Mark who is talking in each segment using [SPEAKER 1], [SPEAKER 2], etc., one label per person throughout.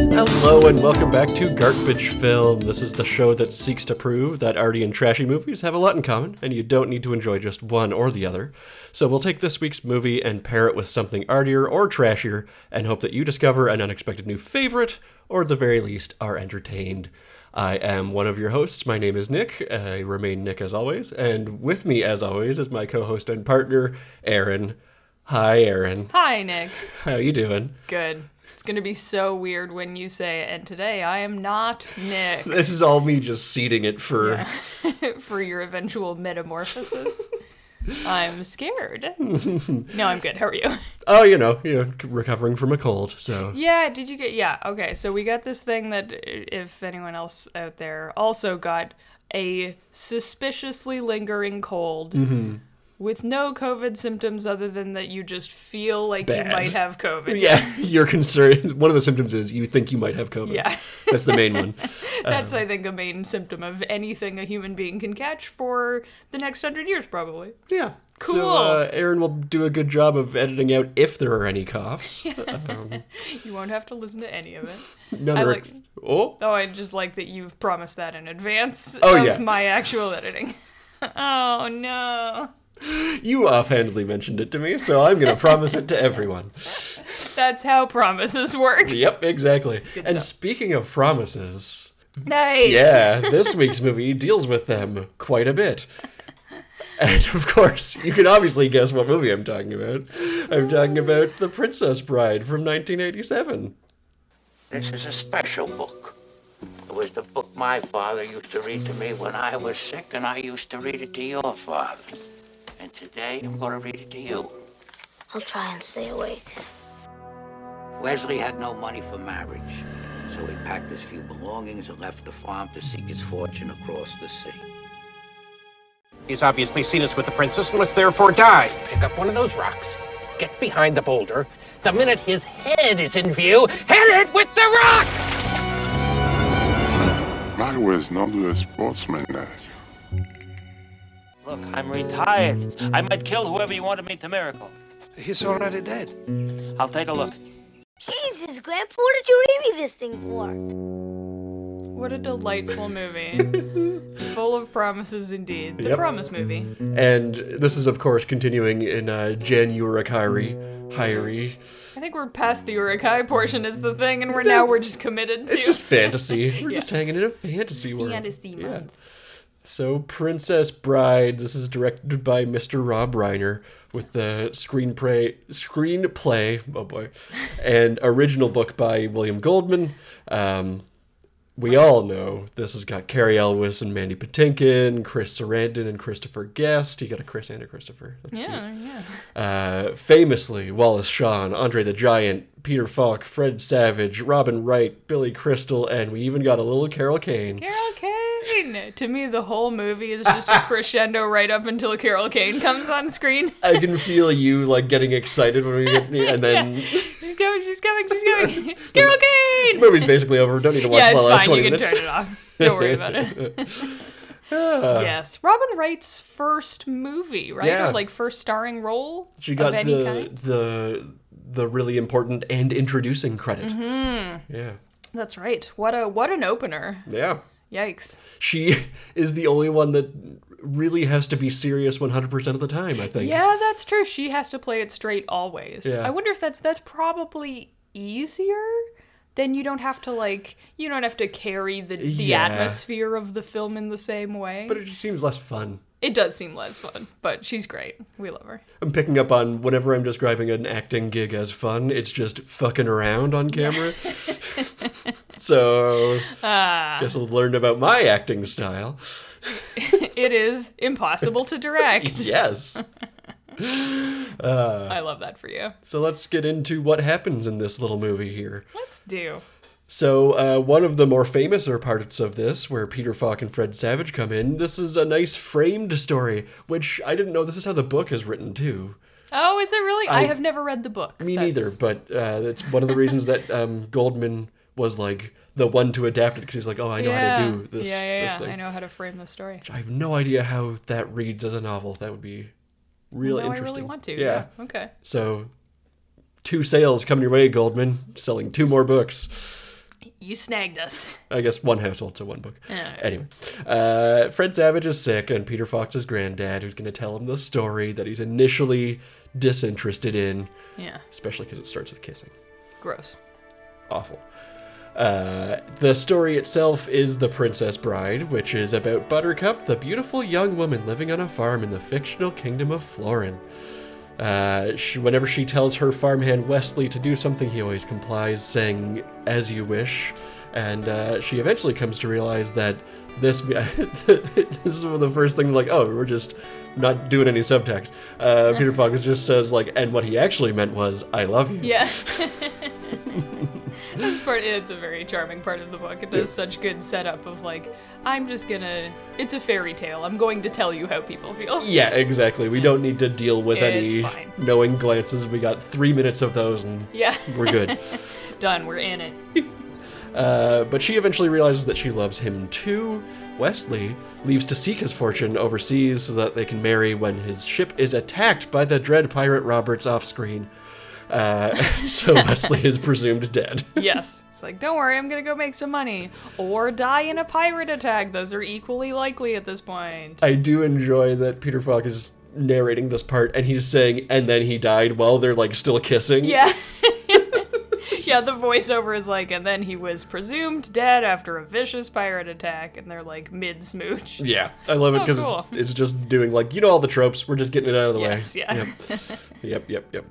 [SPEAKER 1] Hello and welcome back to Garbage Film. This is the show that seeks to prove that arty and trashy movies have a lot in common, and you don't need to enjoy just one or the other. So we'll take this week's movie and pair it with something artier or trashier, and hope that you discover an unexpected new favorite, or at the very least, are entertained. I am one of your hosts. My name is Nick. I remain Nick as always, and with me, as always, is my co-host and partner, Aaron. Hi, Aaron.
[SPEAKER 2] Hi, Nick.
[SPEAKER 1] How you doing?
[SPEAKER 2] Good. It's going to be so weird when you say, and today I am not Nick
[SPEAKER 1] This is all me just seeding it for.
[SPEAKER 2] for your eventual metamorphosis. I'm scared. No, I'm good. How are you?
[SPEAKER 1] Oh, you know, you know, recovering from a cold. So
[SPEAKER 2] Yeah, did you get. Yeah, okay. So we got this thing that i- if anyone else out there also got a suspiciously lingering cold.
[SPEAKER 1] Mm-hmm.
[SPEAKER 2] With no COVID symptoms other than that you just feel like
[SPEAKER 1] Bad.
[SPEAKER 2] you might have COVID.
[SPEAKER 1] yeah, you're concerned. One of the symptoms is you think you might have COVID.
[SPEAKER 2] Yeah.
[SPEAKER 1] that's the main one.
[SPEAKER 2] That's,
[SPEAKER 1] Um,
[SPEAKER 2] I think, a main symptom of anything a human being can catch for the next hundred years, probably.
[SPEAKER 1] Yeah. So
[SPEAKER 2] Cool.
[SPEAKER 1] uh, Aaron will do a good job of editing out if there are any coughs. Um,
[SPEAKER 2] You won't have to listen to any of it.
[SPEAKER 1] no,
[SPEAKER 2] I
[SPEAKER 1] there are-
[SPEAKER 2] like-
[SPEAKER 1] oh,
[SPEAKER 2] Oh, I just like that you've promised that in advance
[SPEAKER 1] Oh,
[SPEAKER 2] of
[SPEAKER 1] yeah.
[SPEAKER 2] my actual editing. oh, no.
[SPEAKER 1] you offhandedly mentioned it to me, so I'm going to promise it to everyone.
[SPEAKER 2] That's how promises work.
[SPEAKER 1] Yep, exactly. and
[SPEAKER 2] stuff.
[SPEAKER 1] speaking of promises,
[SPEAKER 2] Nice.
[SPEAKER 1] yeah, this week's movie deals with them quite a bit. And of course, you can obviously guess what movie I'm talking about. I'm talking about The Princess Bride from 1987.
[SPEAKER 3] This is a special book. It was the book my father used to read to me when I was sick, and I used to read it to your father. And today I'm going to read it to you.
[SPEAKER 4] I'll try and stay awake.
[SPEAKER 3] Wesley had no money for marriage, so he packed his few belongings and left the farm to seek his fortune across the sea.
[SPEAKER 5] He's obviously seen us with the princess and must therefore die. Pick up one of those rocks, get behind the boulder. The minute his head is in view, hit it with the rock!
[SPEAKER 6] I was not a sportsman. like.
[SPEAKER 7] Look, I'm retired. I might kill whoever you want to make the miracle.
[SPEAKER 8] He's already dead.
[SPEAKER 7] I'll take a look.
[SPEAKER 4] Jesus, Grandpa, what did you read me this thing for?
[SPEAKER 2] What a delightful movie. Full of promises indeed. The
[SPEAKER 1] Yep.
[SPEAKER 2] promise movie.
[SPEAKER 1] And this is, of course, continuing in uh, Jan Urikari. Hyrie.
[SPEAKER 2] I think we're past the Urukai portion is the thing, and we're now we're just committed to
[SPEAKER 1] It's just fantasy. We're just hanging in a fantasy world.
[SPEAKER 2] fantasy month.
[SPEAKER 1] So, Princess Bride. This is directed by Mr. Rob Reiner with the screenplay, screenplay, oh boy, and original book by William Goldman. Um, we all know this has got Carrie Elwes and Mandy Patinkin, Chris Sarandon and Christopher Guest. You got a Chris and a Christopher. That's cute.
[SPEAKER 2] Yeah, yeah.
[SPEAKER 1] Uh, famously, Wallace Shawn, Andre the Giant, Peter Falk, Fred Savage, Robin Wright, Billy Crystal, and we even got a little Carol Kane.
[SPEAKER 2] Carol Kane. To me, the whole movie is just a crescendo right up until Carol Kane comes on screen.
[SPEAKER 1] I can feel you like getting excited when we get, and then
[SPEAKER 2] She's coming, she's coming, she's coming. Carol Kane!
[SPEAKER 1] movie's basically over. Don't need to watch
[SPEAKER 2] Yeah,
[SPEAKER 1] the
[SPEAKER 2] it's
[SPEAKER 1] last
[SPEAKER 2] fine.
[SPEAKER 1] twenty
[SPEAKER 2] You can
[SPEAKER 1] minutes.
[SPEAKER 2] turn it off. Don't worry about it. yes. Robin Wright's first movie, right?
[SPEAKER 1] Yeah.
[SPEAKER 2] Or like first starring role
[SPEAKER 1] She got
[SPEAKER 2] of any
[SPEAKER 1] the
[SPEAKER 2] kind.
[SPEAKER 1] the the really important and introducing credit.
[SPEAKER 2] Mm-hmm.
[SPEAKER 1] Yeah,
[SPEAKER 2] That's right. What a what an opener.
[SPEAKER 1] yeah.
[SPEAKER 2] Yikes.
[SPEAKER 1] She is the only one that really has to be serious one hundred percent of the time. I think.
[SPEAKER 2] Yeah, that's true. She has to play it straight always.
[SPEAKER 1] Yeah.
[SPEAKER 2] I wonder if that's that's probably easier. Then you don't have to like you don't have to carry the the
[SPEAKER 1] Yeah.
[SPEAKER 2] atmosphere of the film in the same way.
[SPEAKER 1] but it just seems less fun.
[SPEAKER 2] it does seem less fun, but she's great. We love her.
[SPEAKER 1] I'm picking up on whenever I'm describing an acting gig as fun, it's just fucking around on camera. so,
[SPEAKER 2] Ah.
[SPEAKER 1] guess I'll learn about my acting style.
[SPEAKER 2] It is impossible to direct.
[SPEAKER 1] Yes.
[SPEAKER 2] I love that for you.
[SPEAKER 1] so let's get into what happens in this little movie here.
[SPEAKER 2] Let's do.
[SPEAKER 1] So, uh, one of the more famous parts of this, where Peter Falk and Fred Savage come in, this is a nice framed story, which I didn't know this is how the book is written, too.
[SPEAKER 2] Oh, is it really? I, have never read the book.
[SPEAKER 1] Me
[SPEAKER 2] That's-
[SPEAKER 1] neither, but uh, that's one of the reasons that um, Goldman was like the one to adapt it because he's like, oh, I know
[SPEAKER 2] Yeah.
[SPEAKER 1] how to do this,
[SPEAKER 2] yeah, yeah,
[SPEAKER 1] this
[SPEAKER 2] yeah.
[SPEAKER 1] thing.
[SPEAKER 2] I know how to frame the story.
[SPEAKER 1] I have no idea how that reads as a novel. That would be really
[SPEAKER 2] no, I
[SPEAKER 1] interesting.
[SPEAKER 2] really want to.
[SPEAKER 1] Yeah.
[SPEAKER 2] yeah. Okay.
[SPEAKER 1] So, two sales coming your way, Goldman. Selling two more books.
[SPEAKER 2] you snagged us.
[SPEAKER 1] I guess one household, so one book.
[SPEAKER 2] Yeah.
[SPEAKER 1] Anyway, uh, Fred Savage is sick, and Peter Fox's granddad, who's going to tell him the story that he's initially disinterested in,
[SPEAKER 2] Yeah.
[SPEAKER 1] especially because it starts with kissing.
[SPEAKER 2] Gross.
[SPEAKER 1] Awful. Uh, the story itself is The Princess Bride, which is about Buttercup, the beautiful young woman living on a farm in the fictional kingdom of Florin. Uh, she, whenever she tells her farmhand Wesley to do something, he always complies, saying, as you wish. And uh, she eventually comes to realize that this, this is one of the first things, like, oh, we're just not doing any subtext. Uh, Peter Fox just says, like, and what he actually meant was, I love you.
[SPEAKER 2] Yeah. That's part, it's a very charming part of the book. It does such good setup of like, I'm just gonna. It's a fairy tale. I'm going to tell you how people feel.
[SPEAKER 1] Yeah, exactly. We don't need to deal with
[SPEAKER 2] It's
[SPEAKER 1] any
[SPEAKER 2] fine.
[SPEAKER 1] knowing glances. We got three minutes of those and
[SPEAKER 2] Yeah.
[SPEAKER 1] we're good.
[SPEAKER 2] Done. We're in it.
[SPEAKER 1] uh, but she eventually realizes that she loves him too. Wesley leaves to seek his fortune overseas so that they can marry when his ship is attacked by the dread pirate Roberts off screen. Uh, so Wesley is presumed dead.
[SPEAKER 2] Yes. It's like, don't worry, I'm gonna go make some money. Or die in a pirate attack. Those are equally likely at this point.
[SPEAKER 1] I do enjoy that Peter Falk is narrating this part and he's saying, and then he died while they're like still kissing.
[SPEAKER 2] Yeah. yeah, the voiceover is like, and then he was presumed dead after a vicious pirate attack, and they're like mid smooch.
[SPEAKER 1] Yeah, I love it
[SPEAKER 2] Oh,
[SPEAKER 1] because
[SPEAKER 2] cool.
[SPEAKER 1] it's, it's just doing like you know all the tropes. We're just getting it out of the
[SPEAKER 2] Yes,
[SPEAKER 1] way.
[SPEAKER 2] yeah.
[SPEAKER 1] Yep. yep. Yep. Yep.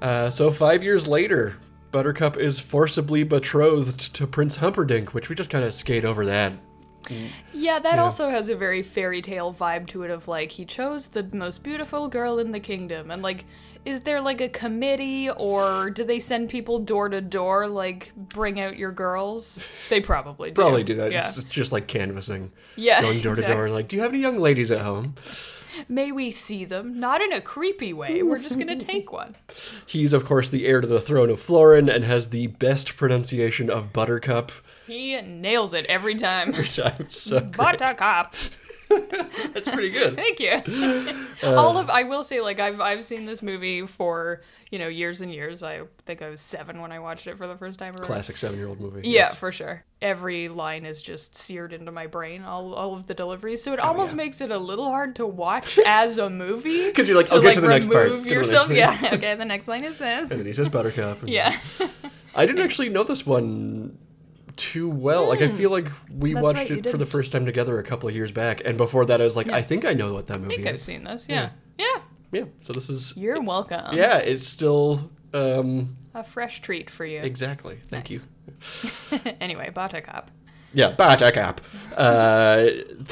[SPEAKER 1] Uh, so five years later, Buttercup is forcibly betrothed to Prince Humperdinck, which we just kind of skate over that.
[SPEAKER 2] Yeah, that also has a very fairy tale vibe to it of like, he chose the most beautiful girl in the kingdom, and like, is there like a committee, or do they send people door to door, like, bring out your girls? They probably do.
[SPEAKER 1] Probably do that.
[SPEAKER 2] Yeah.
[SPEAKER 1] It's just like canvassing,
[SPEAKER 2] yeah.
[SPEAKER 1] going door to door, and like, do you have any young ladies at home?
[SPEAKER 2] May we see them? Not in a creepy way. We're just gonna take one.
[SPEAKER 1] He's of course the heir to the throne of Florin and has the best pronunciation of Buttercup.
[SPEAKER 2] He nails it every time.
[SPEAKER 1] so great.
[SPEAKER 2] Buttercup.
[SPEAKER 1] That's pretty good.
[SPEAKER 2] Thank you. All
[SPEAKER 1] Uh.
[SPEAKER 2] of I will say, like I've I've seen this movie for you know years and years. I think I was seven when I watched it for the first time. or-
[SPEAKER 1] Classic seven-year-old movie.
[SPEAKER 2] Yeah,
[SPEAKER 1] Yes.
[SPEAKER 2] for sure. Every line is just seared into my brain. All all of the deliveries,
[SPEAKER 1] Oh,
[SPEAKER 2] so it almost makes it a little hard to watch as a movie.
[SPEAKER 1] 'Cause you're like, "I'll get to the next part,
[SPEAKER 2] remove
[SPEAKER 1] get to the next
[SPEAKER 2] yourself.
[SPEAKER 1] part."
[SPEAKER 2] yeah. Okay. The next line is this.
[SPEAKER 1] And then he says Buttercup. and-
[SPEAKER 2] Yeah.
[SPEAKER 1] I didn't actually know this one too well. Like I feel like we
[SPEAKER 2] That's
[SPEAKER 1] watched
[SPEAKER 2] right, you
[SPEAKER 1] it for the
[SPEAKER 2] didn't.
[SPEAKER 1] first time together a couple of years back, and before that I was like, I think I know what that movie
[SPEAKER 2] I think I've
[SPEAKER 1] is.
[SPEAKER 2] seen this. Yeah. Yeah.
[SPEAKER 1] Yeah. So this is
[SPEAKER 2] You're welcome.
[SPEAKER 1] yeah, it's still um
[SPEAKER 2] A fresh treat for you.
[SPEAKER 1] exactly. Thank
[SPEAKER 2] Nice.
[SPEAKER 1] you.
[SPEAKER 2] anyway, Buttercup.
[SPEAKER 1] Yeah, Buttercup. Uh,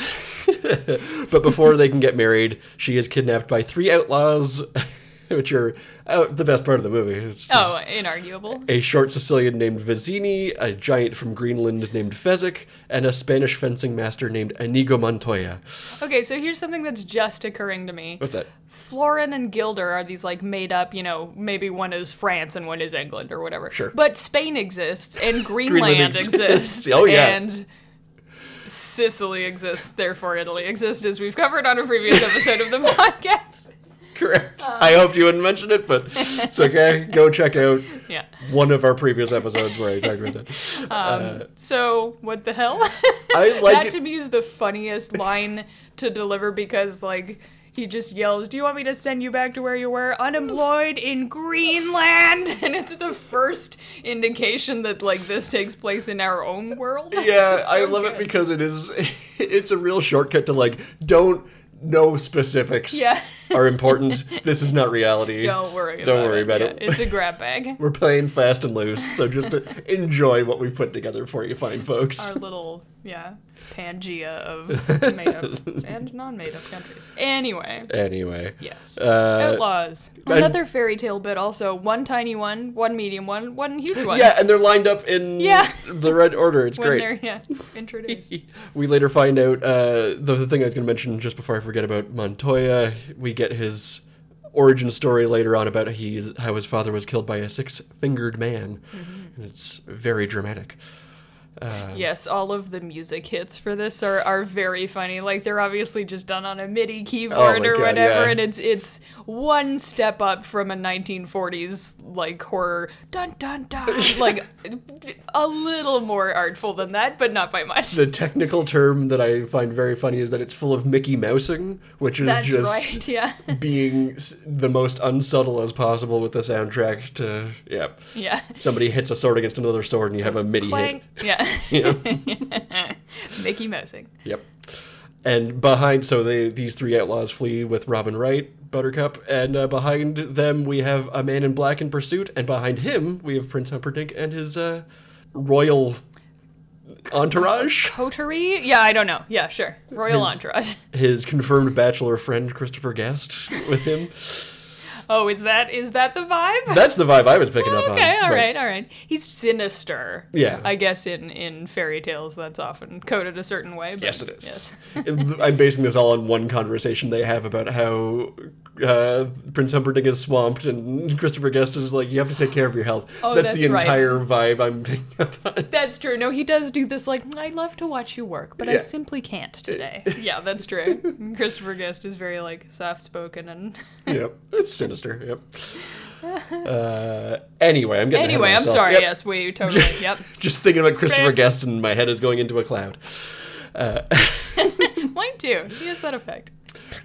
[SPEAKER 1] but before they can get married, she is kidnapped by three outlaws, which are uh, the best part of the movie. It's just-
[SPEAKER 2] Oh, inarguable.
[SPEAKER 1] a short Sicilian named Vizzini, a giant from Greenland named Fezzik, and a Spanish fencing master named Inigo Montoya.
[SPEAKER 2] Okay, so here's something that's just occurring to me.
[SPEAKER 1] What's that?
[SPEAKER 2] Florin and Gilder are these like made up, you know, maybe one is France and one is England or whatever.
[SPEAKER 1] Sure.
[SPEAKER 2] But Spain exists and Greenland,
[SPEAKER 1] Greenland
[SPEAKER 2] exists.
[SPEAKER 1] exists. Oh, yeah.
[SPEAKER 2] And Sicily exists, therefore Italy exists, as we've covered on a previous episode of the podcast.
[SPEAKER 1] Correct. I
[SPEAKER 2] Uh.
[SPEAKER 1] hoped you wouldn't mention it, but it's okay. Go check out
[SPEAKER 2] Yeah.
[SPEAKER 1] one of our previous episodes where I talked about that.
[SPEAKER 2] So what the hell?
[SPEAKER 1] I like
[SPEAKER 2] that
[SPEAKER 1] it-
[SPEAKER 2] to me is the funniest line to deliver because like he just yells, "Do you want me to send you back to where you were, unemployed in Greenland?" And it's the first indication that like this takes place in our own world.
[SPEAKER 1] Yeah,
[SPEAKER 2] It's
[SPEAKER 1] I
[SPEAKER 2] so
[SPEAKER 1] love it
[SPEAKER 2] good.
[SPEAKER 1] because it is it's a real shortcut to like don't no specifics
[SPEAKER 2] Yeah.
[SPEAKER 1] are important. This is not reality.
[SPEAKER 2] don't worry.
[SPEAKER 1] Don't
[SPEAKER 2] about
[SPEAKER 1] worry
[SPEAKER 2] it.
[SPEAKER 1] about
[SPEAKER 2] Yeah,
[SPEAKER 1] it.
[SPEAKER 2] It's a grab bag.
[SPEAKER 1] We're playing fast and loose, so just uh, enjoy what we've put together for you, fine folks.
[SPEAKER 2] our little yeah Pangea of made up and non made up countries. Anyway.
[SPEAKER 1] Anyway.
[SPEAKER 2] Yes.
[SPEAKER 1] Uh,
[SPEAKER 2] Outlaws.
[SPEAKER 1] and-
[SPEAKER 2] Another fairy tale bit also. One tiny one, one medium one, one huge one.
[SPEAKER 1] Yeah, and they're lined up in
[SPEAKER 2] Yeah.
[SPEAKER 1] the right order. It's
[SPEAKER 2] When
[SPEAKER 1] great.
[SPEAKER 2] they're yeah, introduced.
[SPEAKER 1] We later find out uh, the, the thing I was going to mention just before I forget about Montoya. We get his origin story later on about he's,
[SPEAKER 2] Mm-hmm.
[SPEAKER 1] how his father was killed by a six fingered man. And it's very dramatic.
[SPEAKER 2] Yes, all of the music hits for this are, are very funny. Like they're obviously just done on a MIDI keyboard or
[SPEAKER 1] Oh God,
[SPEAKER 2] whatever,
[SPEAKER 1] yeah.
[SPEAKER 2] and it's it's one step up from a 1940s like horror dun dun dun. like a little more artful than that, but not by much.
[SPEAKER 1] The technical term that I find very funny is that it's full of Mickey Mousing, which is
[SPEAKER 2] That's
[SPEAKER 1] just
[SPEAKER 2] right. Yeah.
[SPEAKER 1] being s- the most unsubtle as possible with the soundtrack. To yeah,
[SPEAKER 2] Yeah.
[SPEAKER 1] somebody hits a sword against another sword, and you have a MIDI hit.
[SPEAKER 2] Clank. Yeah.
[SPEAKER 1] Yeah.
[SPEAKER 2] Mickey Mousing.
[SPEAKER 1] Yep. And behind, so they these three outlaws flee with Robin Wright, Buttercup, and uh, behind them we have a man in black in pursuit, and behind him we have Prince Humperdinck and his uh, royal entourage,
[SPEAKER 2] Coterie? Yeah, I don't know. Yeah, sure. Royal
[SPEAKER 1] His-
[SPEAKER 2] Entourage.
[SPEAKER 1] his confirmed bachelor friend Christopher Guest with him.
[SPEAKER 2] Oh, is that is that the vibe?
[SPEAKER 1] That's the vibe I was picking up on.
[SPEAKER 2] Oh, Okay, all
[SPEAKER 1] But-
[SPEAKER 2] right, all right. He's sinister.
[SPEAKER 1] Yeah.
[SPEAKER 2] I guess in in fairy tales that's often coded a certain way. But
[SPEAKER 1] Yes, it is.
[SPEAKER 2] Yes.
[SPEAKER 1] I'm basing this all on one conversation they have about how uh, Prince Humperdinck is swamped and Christopher Guest is like, you have to take care of your health.
[SPEAKER 2] Oh, that's
[SPEAKER 1] the
[SPEAKER 2] right.
[SPEAKER 1] entire vibe I'm picking up on.
[SPEAKER 2] That's true. No, he does do this like I love to watch you work, but I
[SPEAKER 1] Yeah.
[SPEAKER 2] simply can't today. yeah, that's true. Christopher Guest is very like soft spoken and
[SPEAKER 1] yep, it's sinister. Yep. Uh, anyway, I'm getting. ahead of
[SPEAKER 2] Anyway, I'm
[SPEAKER 1] myself.
[SPEAKER 2] sorry,
[SPEAKER 1] Yep.
[SPEAKER 2] yes, we totally yep.
[SPEAKER 1] Just thinking about Christopher
[SPEAKER 2] Right.
[SPEAKER 1] Guest and my head is going into a cloud.
[SPEAKER 2] Mine too. He has that effect.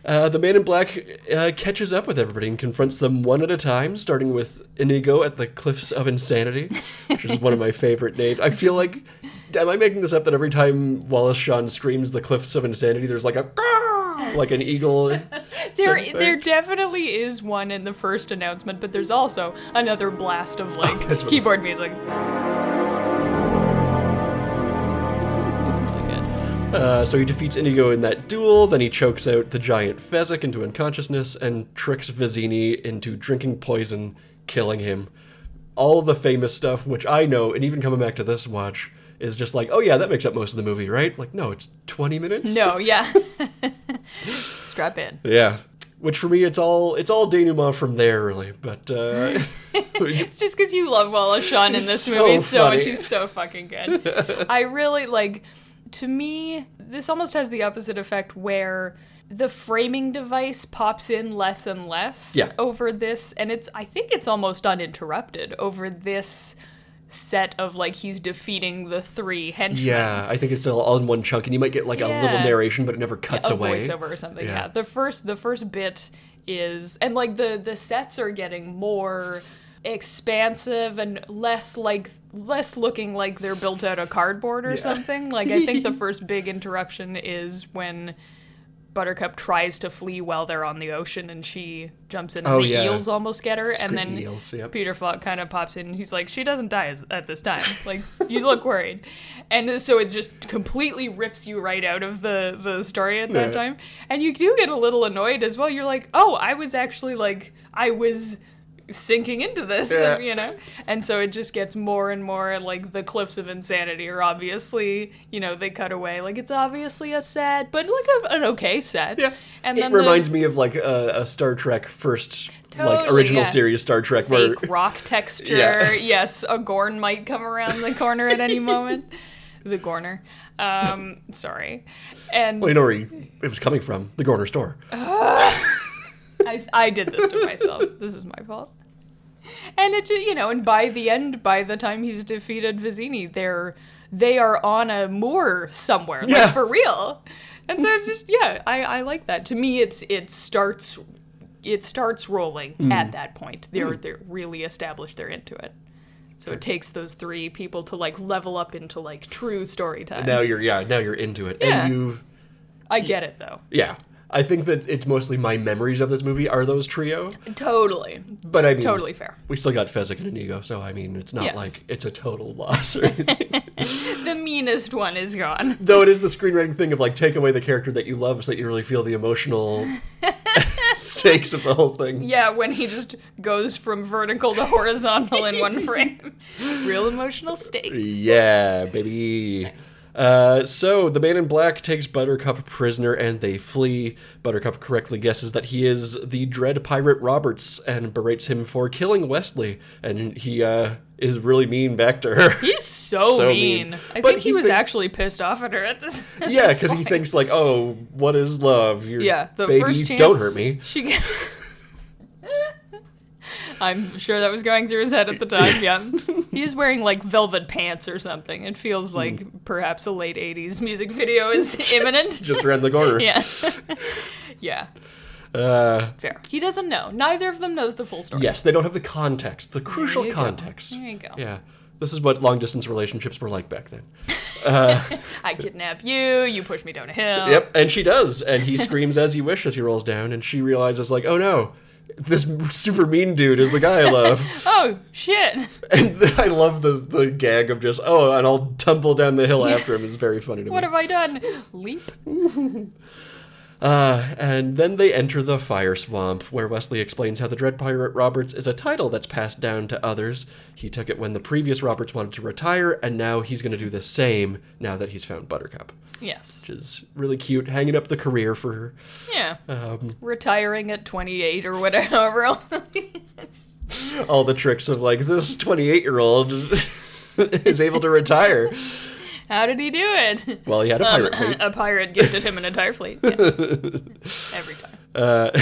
[SPEAKER 1] Uh, the man in black uh, catches up with everybody and confronts them one at a time, starting with Inigo at the Cliffs of Insanity, which is one of my favorite names. I feel like, am I making this up that every time Wallace Shawn screams the Cliffs of Insanity, there's like a like an eagle?
[SPEAKER 2] There,
[SPEAKER 1] sound
[SPEAKER 2] there
[SPEAKER 1] effect?
[SPEAKER 2] definitely is one in the first announcement, but there's also another blast of like
[SPEAKER 1] that's what it
[SPEAKER 2] keyboard music. It's really good.
[SPEAKER 1] Uh, so he defeats Inigo in that duel, then he chokes out the giant Fezzik into unconsciousness and tricks Vizini into drinking poison, killing him. All the famous stuff, which I know, and even coming back to this watch, is just like, oh yeah, that makes up most of the movie, right? Like, no, it's 20 minutes?
[SPEAKER 2] No, yeah. Strap in.
[SPEAKER 1] Yeah. Which for me, it's all it's all denouement from there, really. But uh,
[SPEAKER 2] It's just because you love Wallace Shawn in this
[SPEAKER 1] so
[SPEAKER 2] movie so much.
[SPEAKER 1] funny.
[SPEAKER 2] He's so fucking good. I really like. To me, this almost has the opposite effect where the framing device pops in less and less
[SPEAKER 1] Yeah.
[SPEAKER 2] over this, and it's. I think it's almost uninterrupted over this set of like he's defeating the three henchmen.
[SPEAKER 1] yeah, I think it's all all in one chunk, and you might get like a little
[SPEAKER 2] Yeah.
[SPEAKER 1] narration, but it never cuts
[SPEAKER 2] a
[SPEAKER 1] away.
[SPEAKER 2] voiceover or something.
[SPEAKER 1] Yeah.
[SPEAKER 2] Yeah. The first the first bit is and like the the sets are getting more expansive and less like less looking like they're built out of cardboard or something. Like I think the first big interruption is when Buttercup tries to flee while they're on the ocean and she jumps in and
[SPEAKER 1] Oh,
[SPEAKER 2] the
[SPEAKER 1] yeah.
[SPEAKER 2] eels almost get her
[SPEAKER 1] Screw
[SPEAKER 2] and then
[SPEAKER 1] eels, yep.
[SPEAKER 2] Peter Falk kind of pops in and he's like she doesn't die as- at this time. Like you look worried. And so it just completely rips you right out of the the story at that
[SPEAKER 1] Yeah.
[SPEAKER 2] time. And you do get a little annoyed as well. You're like, "Oh, I was actually like I was sinking into this,
[SPEAKER 1] Yeah.
[SPEAKER 2] you know? And so it just gets more and more like the cliffs of insanity are obviously, you know, they cut away. Like it's obviously a set, but like a, an okay set.
[SPEAKER 1] Yeah.
[SPEAKER 2] And
[SPEAKER 1] it
[SPEAKER 2] the
[SPEAKER 1] reminds me of like a, a Star Trek first, like
[SPEAKER 2] Totally,
[SPEAKER 1] original
[SPEAKER 2] yeah.
[SPEAKER 1] series Star Trek, where
[SPEAKER 2] fake rock texture.
[SPEAKER 1] Yeah.
[SPEAKER 2] Yes, a Gorn might come around the corner at any moment. the Gorner. Um, sorry. And
[SPEAKER 1] well, you know where he- it was coming from, the corner store.
[SPEAKER 2] Uh-huh. I, I did this to myself. this is my fault. And it, ju- you know, and by the end, by the time he's defeated Vizini, they're they are on a moor somewhere, like
[SPEAKER 1] Yeah.
[SPEAKER 2] for real. And so it's just, yeah, I, I like that. To me, it's it starts it starts rolling
[SPEAKER 1] Mm.
[SPEAKER 2] at that point. They're they're really established. They're into it. So it takes those three people to like level up into like true story time.
[SPEAKER 1] Now you're yeah, now you're into it,
[SPEAKER 2] Yeah.
[SPEAKER 1] and you
[SPEAKER 2] I get it though.
[SPEAKER 1] yeah. I think that it's mostly my memories of this movie are those trio.
[SPEAKER 2] Totally.
[SPEAKER 1] But I mean-
[SPEAKER 2] totally fair.
[SPEAKER 1] We still got Fezzik and Inigo, so I mean, it's not
[SPEAKER 2] Yes.
[SPEAKER 1] like it's a total loss. Or anything.
[SPEAKER 2] The meanest one is gone.
[SPEAKER 1] Though it is the screenwriting thing of like take away the character that you love so that you really feel the emotional stakes of the whole thing.
[SPEAKER 2] Yeah, when he just goes from vertical to horizontal in one frame. Real emotional stakes.
[SPEAKER 1] Yeah, baby. Uh, so the man in black takes Buttercup prisoner and they flee. Buttercup correctly guesses that he is the dread pirate Roberts and berates him for killing Wesley. And he uh, is really mean back to her.
[SPEAKER 2] He's so,
[SPEAKER 1] So
[SPEAKER 2] mean.
[SPEAKER 1] mean.
[SPEAKER 2] I
[SPEAKER 1] But
[SPEAKER 2] think he,
[SPEAKER 1] he
[SPEAKER 2] was
[SPEAKER 1] thinks-
[SPEAKER 2] actually pissed off at her at this. at
[SPEAKER 1] yeah,
[SPEAKER 2] this
[SPEAKER 1] because he
[SPEAKER 2] point.
[SPEAKER 1] thinks like, oh, what is love? Your
[SPEAKER 2] Yeah, the
[SPEAKER 1] baby,
[SPEAKER 2] first chance
[SPEAKER 1] don't hurt me.
[SPEAKER 2] She. g- I'm sure that was going through his head at the time. Yeah, he is wearing like velvet pants or something. It
[SPEAKER 1] Hmm.
[SPEAKER 2] feels like perhaps a late '80s music video is imminent.
[SPEAKER 1] Just around the corner.
[SPEAKER 2] yeah, yeah,
[SPEAKER 1] Uh,
[SPEAKER 2] fair. He doesn't know. Neither of them knows the full story.
[SPEAKER 1] yes, they don't have the context, the crucial
[SPEAKER 2] you go.
[SPEAKER 1] context.
[SPEAKER 2] There you go.
[SPEAKER 1] Yeah, this is what long distance relationships were like back then.
[SPEAKER 2] I kidnap you. You push me down a hill.
[SPEAKER 1] Yep, and she does, and he screams as you wish as he rolls down, and she realizes like, oh no, this super mean dude is the guy I love,
[SPEAKER 2] Oh shit.
[SPEAKER 1] and I love the the gag of just oh, and I'll tumble down the hill after him is very funny to
[SPEAKER 2] What
[SPEAKER 1] me.
[SPEAKER 2] have I done? Leap.
[SPEAKER 1] Uh, and then they enter the fire swamp, where Wesley explains how the Dread Pirate Roberts is a title that's passed down to others. He took it when the previous Roberts wanted to retire, and now he's going to do the same now that he's found Buttercup.
[SPEAKER 2] Yes.
[SPEAKER 1] Which is really cute, hanging up the career for her.
[SPEAKER 2] Yeah.
[SPEAKER 1] um,
[SPEAKER 2] Retiring at 28 or whatever.
[SPEAKER 1] all the tricks of like this 28 year old is able to retire.
[SPEAKER 2] How did he do it? Um,
[SPEAKER 1] Well, he had a pirate fleet.
[SPEAKER 2] a pirate gifted him an entire fleet. Yeah. Every time.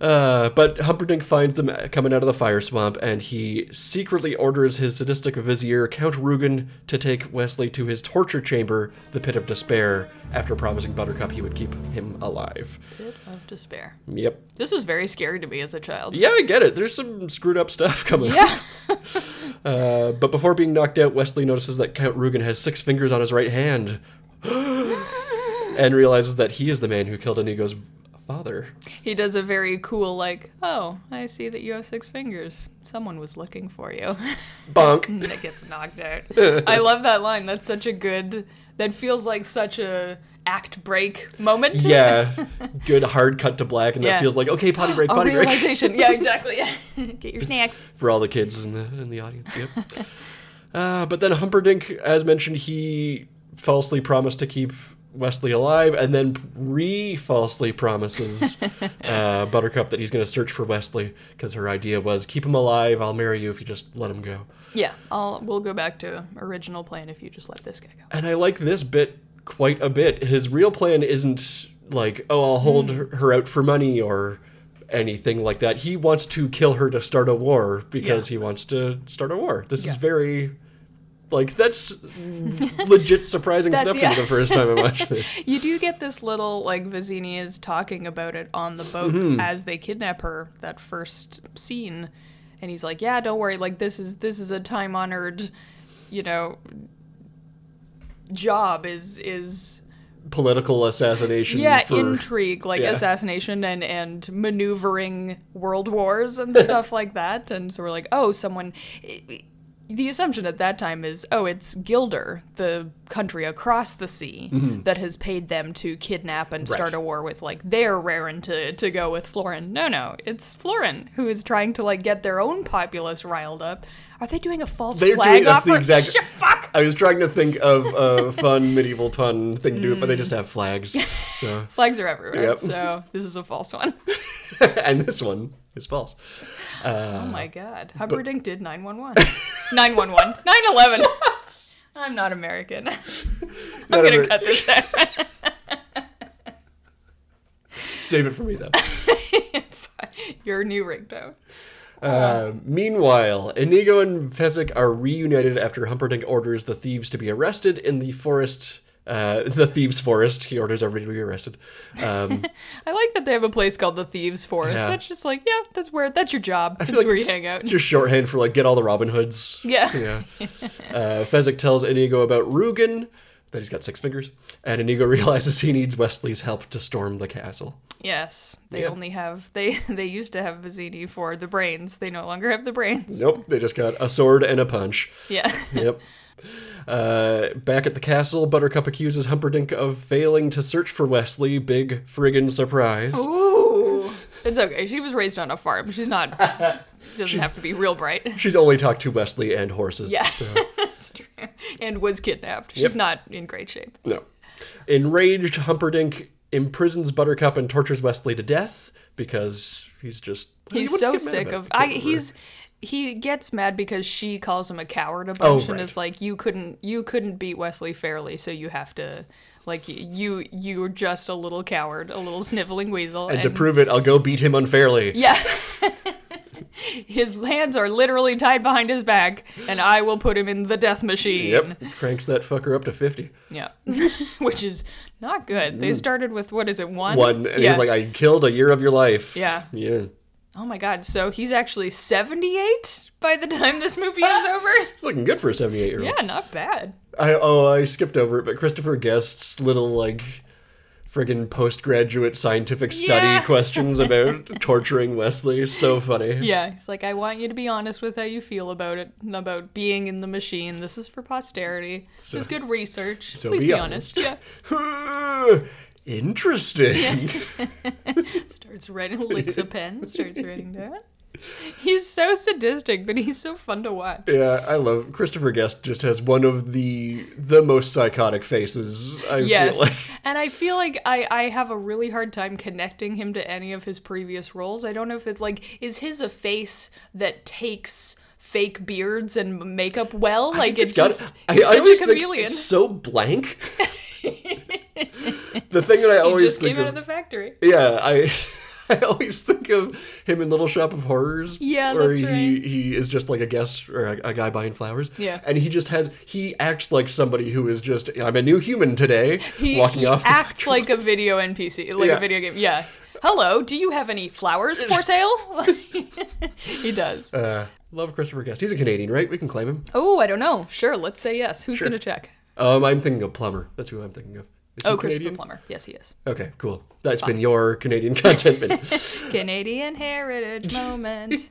[SPEAKER 1] Uh, but Humperdinck finds them coming out of the fire swamp, and he secretly orders his sadistic vizier, Count Rugen, to take Wesley to his torture chamber, the Pit of Despair, after promising Buttercup he would keep him alive.
[SPEAKER 2] Bit of despair.
[SPEAKER 1] Yep.
[SPEAKER 2] This was very scary to me as a child.
[SPEAKER 1] Yeah, I get it. There's some screwed up stuff coming up.
[SPEAKER 2] Yeah.
[SPEAKER 1] Uh, but before being knocked out, Wesley notices that Count Rugen has six fingers on his right hand and realizes that he is the man who killed Inigo's father.
[SPEAKER 2] He does a very cool, like, oh, I see that you have six fingers. Someone was looking for you.
[SPEAKER 1] Bonk.
[SPEAKER 2] that gets knocked out. I love that line. That's such a good, that feels like such a act break moment.
[SPEAKER 1] Yeah. Good hard cut to black, and
[SPEAKER 2] Yeah. Oh,
[SPEAKER 1] that feels like, okay, potty break,
[SPEAKER 2] A
[SPEAKER 1] potty break.
[SPEAKER 2] realization. yeah, exactly. Yeah. Get your snacks.
[SPEAKER 1] For all the kids in the, in the audience. Yep. Uh, but then Humperdinck, as mentioned, he falsely promised to keep Wesley alive and then re falsely promises uh, Buttercup that he's going to search for Wesley because her idea was keep him alive, I'll marry you if you just let him go.
[SPEAKER 2] Yeah, I'll we'll go back to original plan if you just let this guy go.
[SPEAKER 1] And I like this bit quite a bit. His real plan isn't like, oh, I'll hold
[SPEAKER 2] Hmm.
[SPEAKER 1] her- her out for money or anything like that. He wants to kill her to start a war because he wants to start a war. This is very. Like that's legit surprising
[SPEAKER 2] That's-
[SPEAKER 1] stuff
[SPEAKER 2] yeah.
[SPEAKER 1] to me the first time I watched this.
[SPEAKER 2] You do get this little like Vizini is talking about it on the boat as they kidnap her. That first scene, and he's like, "Yeah, don't worry. Like this is this is a time honored, you know, job is is
[SPEAKER 1] Political assassination.
[SPEAKER 2] yeah
[SPEAKER 1] for,
[SPEAKER 2] intrigue like
[SPEAKER 1] yeah.
[SPEAKER 2] assassination and and maneuvering world wars and stuff like that and so we're like oh someone the assumption at that time is oh it's gilder the country across the sea
[SPEAKER 1] Mm-hmm.
[SPEAKER 2] that has paid them to kidnap and start a war with like they're raring to, to go with florin no no it's florin who is trying to like get their own populace riled up are they doing a false
[SPEAKER 1] They're
[SPEAKER 2] flag
[SPEAKER 1] doing- that's the
[SPEAKER 2] offer
[SPEAKER 1] exact-
[SPEAKER 2] Shit, fuck
[SPEAKER 1] I was trying to think of a fun medieval pun thing to do,
[SPEAKER 2] Hmm.
[SPEAKER 1] but they just have flags. So,
[SPEAKER 2] flags are everywhere
[SPEAKER 1] Yep.
[SPEAKER 2] so this is a false one
[SPEAKER 1] and this one is false.
[SPEAKER 2] Oh my god. Humperdinck did 911. 911. 911. I'm not American. I'm
[SPEAKER 1] Not
[SPEAKER 2] going to
[SPEAKER 1] ever-
[SPEAKER 2] cut this out.
[SPEAKER 1] Save it for me though.
[SPEAKER 2] Your new ringtone.
[SPEAKER 1] Uh, Meanwhile, Inigo and Fezzik are reunited after Humperdinck orders the thieves to be arrested in the forest. Uh, the thieves' forest. He orders everybody to be arrested. Um,
[SPEAKER 2] I like that they have a place called the Thieves Forest.
[SPEAKER 1] Yeah.
[SPEAKER 2] That's just like, yeah, that's where that's your job. That's
[SPEAKER 1] I feel like
[SPEAKER 2] where you
[SPEAKER 1] it's
[SPEAKER 2] hang out.
[SPEAKER 1] Just shorthand for like get all the Robin Hoods.
[SPEAKER 2] Yeah.
[SPEAKER 1] Yeah. Uh, Fezzik tells Inigo about Rugen, that he's got six fingers, and Inigo realizes he needs Wesley's help to storm the castle.
[SPEAKER 2] Yes. They
[SPEAKER 1] Yeah.
[SPEAKER 2] only have they they used to have Vizzini for the brains. They no longer have the brains.
[SPEAKER 1] Nope, they just got a sword and a punch.
[SPEAKER 2] Yeah.
[SPEAKER 1] yep. Uh, back at the castle, Buttercup accuses Humperdinck of failing to search for Wesley. Big friggin' surprise.
[SPEAKER 2] Ooh. It's okay. She was raised on a farm. She's not she doesn't have to be real bright.
[SPEAKER 1] She's only talked to Wesley and horses.
[SPEAKER 2] Yeah.
[SPEAKER 1] So.
[SPEAKER 2] It's true. and was kidnapped. She's
[SPEAKER 1] Yep.
[SPEAKER 2] not in great shape.
[SPEAKER 1] No. Enraged, Humperdinck imprisons Buttercup and tortures Wesley to death because he's just
[SPEAKER 2] He's
[SPEAKER 1] what's
[SPEAKER 2] so
[SPEAKER 1] he mad
[SPEAKER 2] sick
[SPEAKER 1] about?
[SPEAKER 2] of.
[SPEAKER 1] can't
[SPEAKER 2] I
[SPEAKER 1] remember.
[SPEAKER 2] he's he gets mad because she calls him a coward a bunch
[SPEAKER 1] Oh,
[SPEAKER 2] and
[SPEAKER 1] right.
[SPEAKER 2] is like, you couldn't you couldn't beat Wesley fairly, so you have to like you you were just a little coward, a little sniveling weasel.
[SPEAKER 1] and to prove it, I'll go beat him unfairly.
[SPEAKER 2] yeah. His hands are literally tied behind his back, and I will put him in the death machine.
[SPEAKER 1] Yep, cranks that fucker up to fifty.
[SPEAKER 2] Yeah. Which is not good. They started with what is it, one?
[SPEAKER 1] Mm. One, and
[SPEAKER 2] yeah.
[SPEAKER 1] he's like, "I killed a year of your life."
[SPEAKER 2] Yeah.
[SPEAKER 1] yeah.
[SPEAKER 2] Oh my god, so he's actually seventy eight by the time this movie is over?
[SPEAKER 1] It's looking good for a seventy-eight-year-old.
[SPEAKER 2] Yeah, not bad.
[SPEAKER 1] I oh I skipped over it, but Christopher Guest's little like friggin' postgraduate scientific study
[SPEAKER 2] Yeah.
[SPEAKER 1] questions about torturing Wesley is so funny.
[SPEAKER 2] Yeah. He's like, I want you to be honest with how you feel about it, and about being in the machine. This is for posterity. this is good research.
[SPEAKER 1] So
[SPEAKER 2] Please
[SPEAKER 1] be
[SPEAKER 2] be honest.
[SPEAKER 1] Interesting.
[SPEAKER 2] Yeah. starts writing licks a pen, starts writing down. He's so sadistic, but he's so fun to watch.
[SPEAKER 1] Yeah, I love Christopher Guest. Just has one of the the most psychotic faces. I
[SPEAKER 2] Yes.
[SPEAKER 1] feel like
[SPEAKER 2] And I feel like I, I have a really hard time connecting him to any of his previous roles. I don't know if it's like, is his a face that takes fake beards and makeup well? Like, it's
[SPEAKER 1] got.
[SPEAKER 2] just,
[SPEAKER 1] I,
[SPEAKER 2] he's
[SPEAKER 1] I
[SPEAKER 2] such
[SPEAKER 1] always
[SPEAKER 2] a
[SPEAKER 1] think
[SPEAKER 2] chameleon.
[SPEAKER 1] it's so blank. the thing that I
[SPEAKER 2] he
[SPEAKER 1] always
[SPEAKER 2] just
[SPEAKER 1] think
[SPEAKER 2] came out
[SPEAKER 1] of,
[SPEAKER 2] of the factory.
[SPEAKER 1] yeah, I. I always think of him in Little Shop of Horrors.
[SPEAKER 2] Yeah,
[SPEAKER 1] where
[SPEAKER 2] that's
[SPEAKER 1] he,
[SPEAKER 2] right.
[SPEAKER 1] he is just like a guest or a, a guy buying flowers.
[SPEAKER 2] Yeah.
[SPEAKER 1] and he just has he acts like somebody who is just I'm a new human today,
[SPEAKER 2] He,
[SPEAKER 1] walking
[SPEAKER 2] he
[SPEAKER 1] off. the
[SPEAKER 2] acts like a video NPC, like
[SPEAKER 1] Yeah.
[SPEAKER 2] a video game. Yeah. Hello, do you have any flowers for sale? he does.
[SPEAKER 1] Uh, Love Christopher Guest. He's a Canadian, right? We can claim him.
[SPEAKER 2] oh, I don't know. Sure, let's say yes. Who's going to check?
[SPEAKER 1] Um, I'm thinking of Plumber. That's who I'm thinking of. Is he
[SPEAKER 2] Oh, Christopher
[SPEAKER 1] Canadian?
[SPEAKER 2] Plummer. Yes, he is.
[SPEAKER 1] Okay, cool. That's been your Canadian content minute.
[SPEAKER 2] Canadian heritage moment.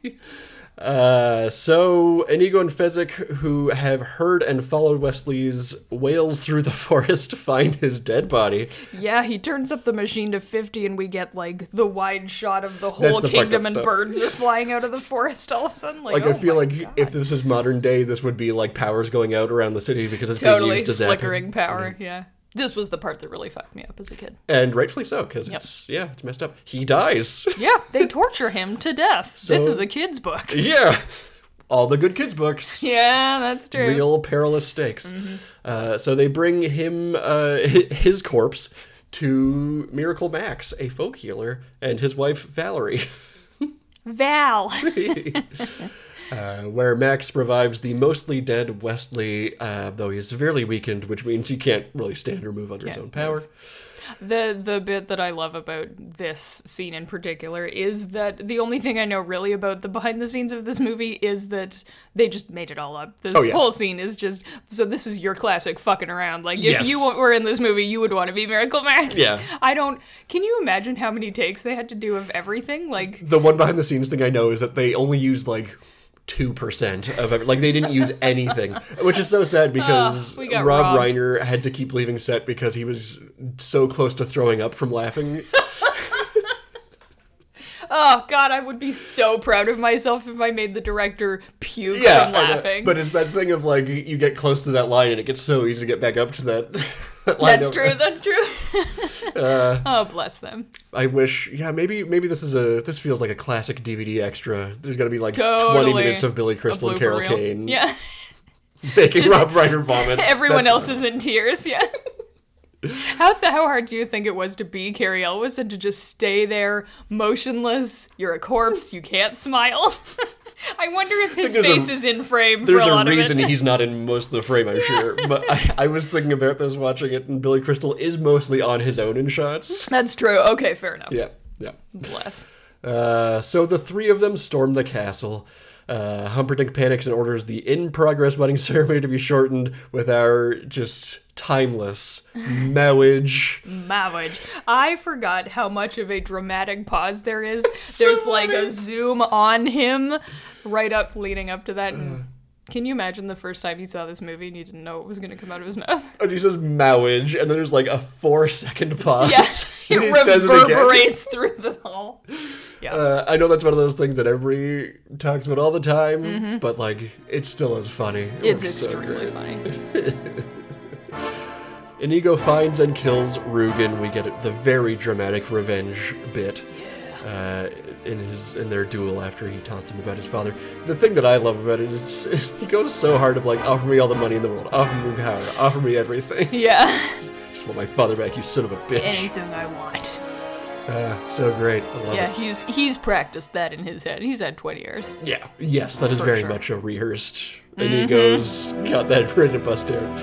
[SPEAKER 1] Uh, so, Inigo and Fezzik, who have heard and followed Wesley's wails through the forest to find his dead body.
[SPEAKER 2] Yeah, he turns up the machine to 50 and we get like the wide shot of the
[SPEAKER 1] That's
[SPEAKER 2] whole
[SPEAKER 1] the fucked up
[SPEAKER 2] kingdom and
[SPEAKER 1] stuff.
[SPEAKER 2] birds are flying out of the forest all of a sudden. Like,
[SPEAKER 1] Like,
[SPEAKER 2] oh
[SPEAKER 1] I feel
[SPEAKER 2] my
[SPEAKER 1] like
[SPEAKER 2] God.
[SPEAKER 1] if this was modern day, this would be like powers going out around the city because it's being
[SPEAKER 2] totally
[SPEAKER 1] used as zapping.
[SPEAKER 2] flickering power. Yeah. This was the part that really fucked me up as a kid.
[SPEAKER 1] And rightfully so, because it's, yeah, it's messed up. He dies.
[SPEAKER 2] Yeah, they torture him to death. this
[SPEAKER 1] So-
[SPEAKER 2] is a kid's book.
[SPEAKER 1] yeah. All the good kids' books.
[SPEAKER 2] Yeah, that's true. Mm-hmm.
[SPEAKER 1] real perilous stakes. Uh, so they bring him uh, hi- his corpse to Miracle Max, a folk healer, and his wife Valerie,
[SPEAKER 2] Val.
[SPEAKER 1] uh, where Max revives the mostly dead Wesley, uh, though he is severely weakened, which means he can't really stand or move under his
[SPEAKER 2] Can't
[SPEAKER 1] own power.
[SPEAKER 2] The the bit that I love about this scene in particular is that the only thing I know really about the behind the scenes of this movie is that they just made it all up. This
[SPEAKER 1] Oh, yeah.
[SPEAKER 2] whole scene is just so this is your classic fucking around. Like if
[SPEAKER 1] Yes.
[SPEAKER 2] you were in this movie, you would want to be Miracle Max.
[SPEAKER 1] Yeah.
[SPEAKER 2] I don't can you imagine how many takes they had to do of everything? Like
[SPEAKER 1] The one behind the scenes thing I know is that they only used like. 2% of every, like they didn't use anything which is so sad because
[SPEAKER 2] Ugh, Ah, we
[SPEAKER 1] rob
[SPEAKER 2] got robbed.
[SPEAKER 1] reiner had to keep leaving set because he was so close to throwing up from laughing
[SPEAKER 2] oh god, I would be so proud of myself if I made the director puke
[SPEAKER 1] yeah,
[SPEAKER 2] from
[SPEAKER 1] I know.
[SPEAKER 2] laughing.
[SPEAKER 1] But it's that thing of like you- you get close to that line and it gets so easy to get back up to that. that line
[SPEAKER 2] that's
[SPEAKER 1] of-
[SPEAKER 2] true, that's true.
[SPEAKER 1] Uh,
[SPEAKER 2] oh bless them.
[SPEAKER 1] I wish. Yeah, maybe maybe this is a this feels like a classic DVD extra. There's got to be like
[SPEAKER 2] Totally.
[SPEAKER 1] 20 minutes of Billy
[SPEAKER 2] A
[SPEAKER 1] Crystal and
[SPEAKER 2] blooper
[SPEAKER 1] Carol
[SPEAKER 2] reel.
[SPEAKER 1] Kane
[SPEAKER 2] Yeah.
[SPEAKER 1] making Rob Reiner vomit.
[SPEAKER 2] Everyone
[SPEAKER 1] That's-
[SPEAKER 2] else is in tears. Yeah. How, th- how hard do you think it was to be Carrie Elwes and to just stay there motionless? You're a corpse. You can't smile. I wonder if his
[SPEAKER 1] there's a-
[SPEAKER 2] face is in frame for
[SPEAKER 1] There's
[SPEAKER 2] a
[SPEAKER 1] a
[SPEAKER 2] lot
[SPEAKER 1] reason
[SPEAKER 2] of it.
[SPEAKER 1] he's not in most of the frame, I'm sure. But I, I was thinking about this watching it, and Billy Crystal is mostly on his own in shots.
[SPEAKER 2] That's true. Okay, fair enough.
[SPEAKER 1] Yeah, yeah.
[SPEAKER 2] Bless.
[SPEAKER 1] Uh, so the three of them storm the castle. Uh, Humperdinck panics and orders the in progress wedding ceremony to be shortened with our just timeless marriage.
[SPEAKER 2] Marriage. I forgot how much of a dramatic pause there is. There's like a zoom on him right up leading up to that.
[SPEAKER 1] Mm.
[SPEAKER 2] And can you imagine the first time you saw this movie and you didn't know what was going to come out of his mouth?
[SPEAKER 1] and he says marriage, and then there's like a four second pause.
[SPEAKER 2] Yes, it
[SPEAKER 1] And he says it again.
[SPEAKER 2] reverberates through the hall. Yeah.
[SPEAKER 1] Uh, I know that's one of those things that everybody talks about all the time, but like it still is funny. It
[SPEAKER 2] it's
[SPEAKER 1] works so
[SPEAKER 2] extremely
[SPEAKER 1] great.
[SPEAKER 2] funny.
[SPEAKER 1] Inigo finds and kills Rugen. We get the very dramatic revenge bit uh, in his in their duel after he taunts him about his father. The thing that I love about it is, is he goes so hard of like, offer me all the money in the world, offer me power, offer me everything.
[SPEAKER 2] Yeah.
[SPEAKER 1] Just want my father back, you son of a bitch.
[SPEAKER 2] Anything I want.
[SPEAKER 1] Uh, so great. I love
[SPEAKER 2] Yeah,
[SPEAKER 1] it.
[SPEAKER 2] he's he's practiced that in his head. He's had 20 years.
[SPEAKER 1] Yeah. Yes, that is
[SPEAKER 2] For
[SPEAKER 1] very
[SPEAKER 2] sure.
[SPEAKER 1] much a rehearsed.
[SPEAKER 2] Mm-hmm.
[SPEAKER 1] Inigo's got that written and bust down.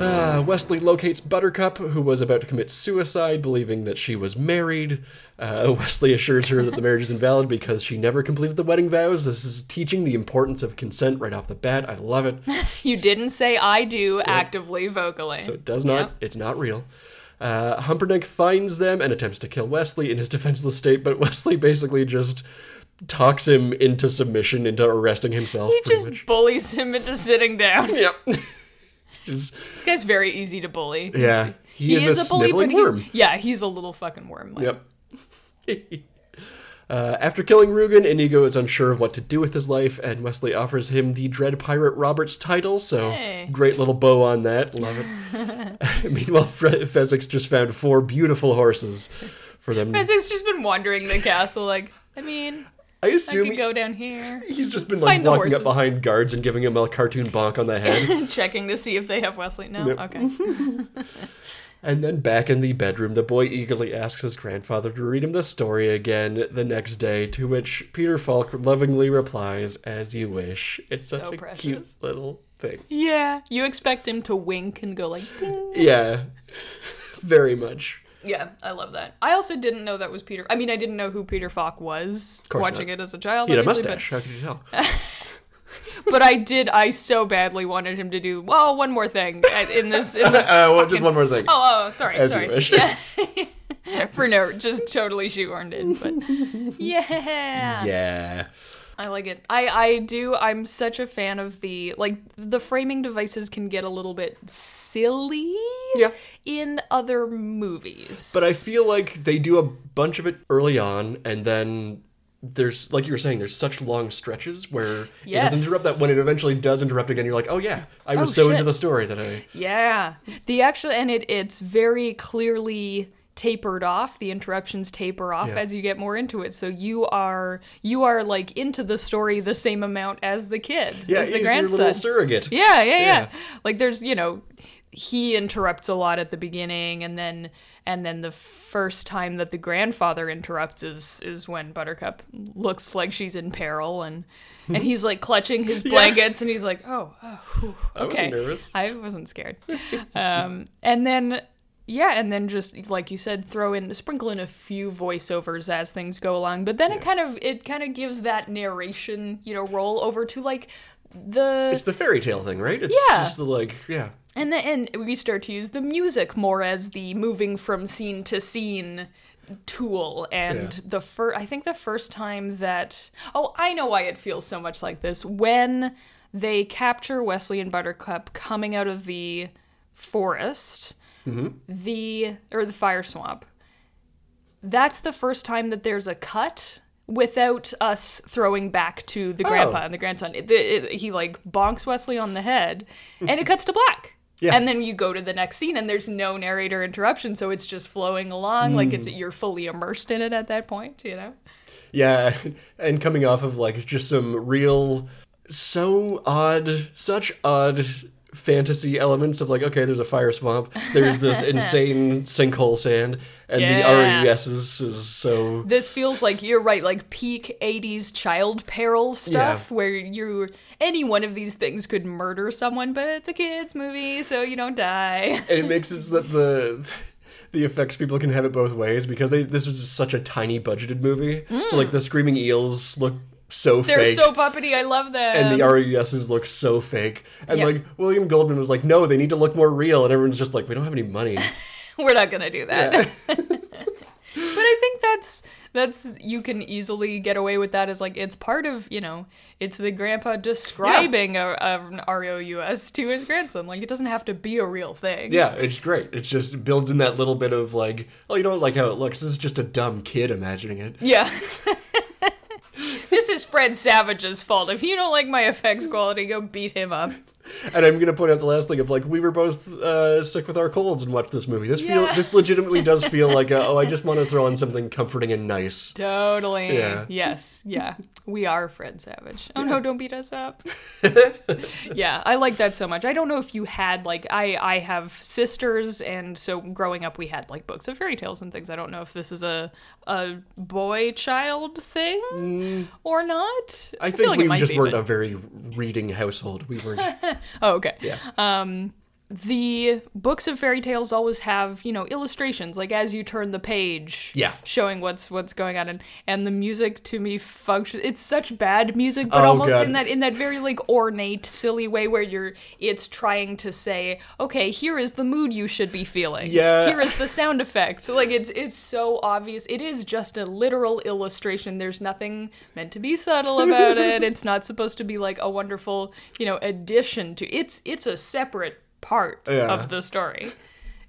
[SPEAKER 1] Uh, Wesley locates Buttercup, who was about to commit suicide, believing that she was married. Uh, Wesley assures her that the marriage is invalid because she never completed the wedding vows. This is teaching the importance of consent right off the bat. I love it.
[SPEAKER 2] You didn't say I do actively vocally.
[SPEAKER 1] So it does not.
[SPEAKER 2] Yep.
[SPEAKER 1] It's not real. Uh, Humperdinck finds them and attempts to kill Wesley in his defenseless state, but Wesley basically just talks him into submission, into arresting himself.
[SPEAKER 2] he
[SPEAKER 1] pretty
[SPEAKER 2] just
[SPEAKER 1] much.
[SPEAKER 2] bullies him into sitting down.
[SPEAKER 1] Yep. just
[SPEAKER 2] This guy's very easy to bully.
[SPEAKER 1] yeah. He, is, a, sniveling
[SPEAKER 2] he-
[SPEAKER 1] worm.
[SPEAKER 2] yeah, he's a little fucking worm. Like,
[SPEAKER 1] Yep. Uh, after killing Rugen, Inigo is unsure of what to do with his life, and Wesley offers him the Dread Pirate Roberts title, so
[SPEAKER 2] Hey.
[SPEAKER 1] great little bow on that. Love it. Meanwhile, Fre- Fezzik's just found four beautiful horses for them.
[SPEAKER 2] Isaac's just been wandering the castle, like, I mean,
[SPEAKER 1] I
[SPEAKER 2] I
[SPEAKER 1] assume
[SPEAKER 2] could go down here,
[SPEAKER 1] he's just been like
[SPEAKER 2] Find the
[SPEAKER 1] walking up
[SPEAKER 2] horses.
[SPEAKER 1] behind guards and giving them a cartoon bonk on the head.
[SPEAKER 2] checking to see if they have Wesley. No,
[SPEAKER 1] Nope.
[SPEAKER 2] okay.
[SPEAKER 1] and then back in the bedroom, the boy eagerly asks his grandfather to read him the story again the next day, to which Peter Falk lovingly replies, As you wish. It's such a cute
[SPEAKER 2] precious.
[SPEAKER 1] little thing.
[SPEAKER 2] Yeah, you expect him to wink and go like, "Ding."
[SPEAKER 1] Yeah, very much.
[SPEAKER 2] yeah, I love that. I also didn't know that was Peter. I mean, I didn't know who Peter Falk was
[SPEAKER 1] course
[SPEAKER 2] watching
[SPEAKER 1] not.
[SPEAKER 2] it as a child.
[SPEAKER 1] He had a
[SPEAKER 2] obviously, but-
[SPEAKER 1] mustache. How could you tell?
[SPEAKER 2] but I did. I so badly wanted him to do. Well, one more thing at- in this. In this
[SPEAKER 1] Uh, well, just one more thing.
[SPEAKER 2] oh, oh, sorry,
[SPEAKER 1] As
[SPEAKER 2] sorry.
[SPEAKER 1] you wish.
[SPEAKER 2] For no, just totally shoehorned in. But yeah,
[SPEAKER 1] yeah.
[SPEAKER 2] I like it. I I do. I'm such a fan of the like the framing devices can get a little bit silly.
[SPEAKER 1] Yeah.
[SPEAKER 2] In other movies,
[SPEAKER 1] But I feel like they do a bunch of it early on, and then there's, like you were saying, there's such long stretches where it
[SPEAKER 2] Yes.
[SPEAKER 1] doesn't interrupt that. When it eventually does interrupt again, you're like, oh yeah, I was
[SPEAKER 2] Oh,
[SPEAKER 1] so into
[SPEAKER 2] shit.
[SPEAKER 1] the story that I.
[SPEAKER 2] Yeah. The actual and it it's very clearly tapered off. The interruptions taper off
[SPEAKER 1] Yeah.
[SPEAKER 2] as you get more into it. So you are you are like into the story the same amount as the kid.
[SPEAKER 1] Yeah,
[SPEAKER 2] as the
[SPEAKER 1] he's your
[SPEAKER 2] grandson.
[SPEAKER 1] little surrogate.
[SPEAKER 2] Yeah, yeah, yeah,
[SPEAKER 1] Yeah.
[SPEAKER 2] Like there's, you know, he interrupts a lot at the beginning and then and then the first time that the grandfather interrupts is is when Buttercup looks like she's in peril and and he's like clutching his blankets and he's like, "Oh, oh whew,
[SPEAKER 1] I wasn't
[SPEAKER 2] okay."
[SPEAKER 1] nervous.
[SPEAKER 2] I wasn't scared. um and then yeah, and then just like you said, throw in sprinkle in a few voiceovers as things go along. But then it kind of it kind of gives that narration, you know, roll over to like the
[SPEAKER 1] It's the fairy tale thing, right? It's
[SPEAKER 2] Yeah.
[SPEAKER 1] just the like, yeah.
[SPEAKER 2] and the, and we start to use the music more as the moving from scene to scene tool and
[SPEAKER 1] Yeah.
[SPEAKER 2] the first I think the first time that oh I know why it feels so much like this when they capture Wesley and Buttercup coming out of the forest the or the fire swamp that's the first time that there's a cut without us throwing back to
[SPEAKER 1] Oh.
[SPEAKER 2] the grandpa and the grandson. It- it- it- he like bonks Wesley on the head, and it cuts to black.
[SPEAKER 1] Yeah.
[SPEAKER 2] And then you go to the next scene, and there's no narrator interruption, so it's just flowing along like
[SPEAKER 1] Mm.
[SPEAKER 2] it's you're fully immersed in it at that point. You know?
[SPEAKER 1] Yeah, and coming off of like just some real, so odd, such odd fantasy elements of like, okay, there's a fire swamp, there's this insane sinkhole sand, and
[SPEAKER 2] Yeah.
[SPEAKER 1] the RES is, is so.
[SPEAKER 2] This feels like you're right, like peak '80s child peril stuff, where you any one of these things could murder someone, but it's a kids movie, so you don't die.
[SPEAKER 1] And it makes it so that the. The effects people can have it both ways because they this was just such a tiny budgeted movie. So like the screaming eels look so
[SPEAKER 2] Mm. They're
[SPEAKER 1] fake.
[SPEAKER 2] so puppety. I love them.
[SPEAKER 1] and the RESs look so fake. And
[SPEAKER 2] Yeah.
[SPEAKER 1] like William Goldman was like, "No, they need to look more real." And everyone's just like, "We don't have any money."
[SPEAKER 2] We're not gonna do that. but I think that that's that's you can easily get away with that as like it's part of you know it's the grandpa describing a, a, an ROUS to his grandson. Like it doesn't have to be a real thing.
[SPEAKER 1] Yeah, it's great. It just builds in that little bit of like, oh, you don't like how it looks. This is just a dumb kid imagining it.
[SPEAKER 2] Yeah. this is Fred Savage's fault. If you don't like my effects quality, go beat him up.
[SPEAKER 1] And I'm gonna point out the last thing of like we were both uh, sick with our colds and watched this movie. This feel
[SPEAKER 2] Yeah.
[SPEAKER 1] this legitimately does feel like a, oh, I just want to throw on something comforting and nice.
[SPEAKER 2] Totally.
[SPEAKER 1] Yeah.
[SPEAKER 2] Yes. Yeah. We are Fred Savage. Oh no, don't beat us up. yeah, I like that so much. I don't know if you had like I I have sisters and so growing up we had like books of fairy tales and things. I don't know if this is a a boy child thing or not.
[SPEAKER 1] Mm. I, think we just weren't
[SPEAKER 2] but-
[SPEAKER 1] a very reading household. We weren't.
[SPEAKER 2] Oh, okay. Yeah. Um, the books of fairy tales always have, you know, illustrations, like as you turn the page,
[SPEAKER 1] Yeah.
[SPEAKER 2] showing what's what's going on, and and the music to me function. It's such bad music, but
[SPEAKER 1] Oh,
[SPEAKER 2] almost
[SPEAKER 1] God.
[SPEAKER 2] in that in that very like ornate, silly way where you're, it's trying to say, okay, here is the mood you should be feeling.
[SPEAKER 1] Yeah.
[SPEAKER 2] Here is the sound effect. Like it's it's so obvious. It is just a literal illustration. There's nothing meant to be subtle about it. It's not supposed to be like a wonderful, you know, addition to it's it's a separate part
[SPEAKER 1] Yeah.
[SPEAKER 2] of the story.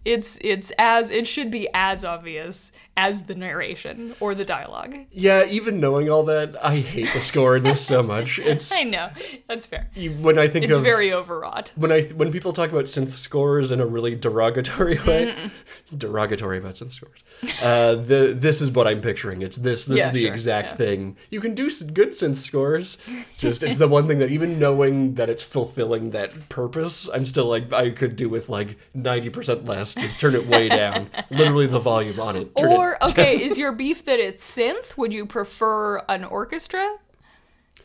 [SPEAKER 2] It's it's as it should be as obvious as the narration or the dialogue.
[SPEAKER 1] yeah, even knowing all that, I hate the score in this so much. It's
[SPEAKER 2] I know. That's fair.
[SPEAKER 1] you- when I think
[SPEAKER 2] It's
[SPEAKER 1] of
[SPEAKER 2] very overwrought.
[SPEAKER 1] when I when people talk about synth scores in a really derogatory way,
[SPEAKER 2] Mm-hmm.
[SPEAKER 1] derogatory about synth scores, uh, the this is what I'm picturing. It's this this
[SPEAKER 2] Yeah,
[SPEAKER 1] is the
[SPEAKER 2] sure,
[SPEAKER 1] exact
[SPEAKER 2] yeah.
[SPEAKER 1] thing. You can do s good synth scores. Just it's the one thing that even knowing that it's fulfilling that purpose, I'm still like I could do with like ninety percent less. Just turn it way down. Literally the volume on it. Turn
[SPEAKER 2] Or
[SPEAKER 1] it.
[SPEAKER 2] okay, is your beef that it's synth? Would you prefer an orchestra?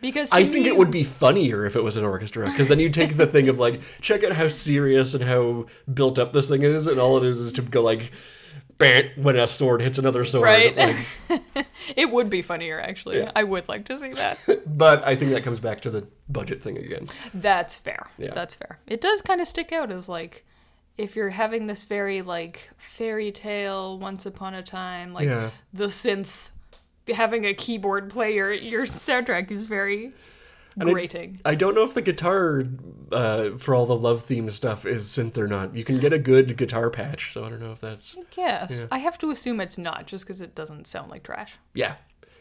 [SPEAKER 2] Because to
[SPEAKER 1] I think
[SPEAKER 2] me-
[SPEAKER 1] it would be funnier if it was an orchestra because then you take the thing of like, check out how serious and how built up this thing is, and all it is is to go like, bam, when a sword hits another sword.
[SPEAKER 2] Right.
[SPEAKER 1] like-
[SPEAKER 2] It would be funnier, actually.
[SPEAKER 1] Yeah.
[SPEAKER 2] I would like to see that.
[SPEAKER 1] but I think that comes back to the budget thing again.
[SPEAKER 2] That's fair.
[SPEAKER 1] Yeah.
[SPEAKER 2] That's fair. It does kind of stick out as like if you're having this very like fairy tale once upon a time, like
[SPEAKER 1] Yeah.
[SPEAKER 2] the synth having a keyboard play your, your soundtrack is very
[SPEAKER 1] I-
[SPEAKER 2] grating.
[SPEAKER 1] I don't know if the guitar uh, for all the love theme stuff is synth or not. You can get a good guitar patch, so I don't know if that's
[SPEAKER 2] Yes. I have to assume it's not just because it doesn't sound like trash.
[SPEAKER 1] yeah.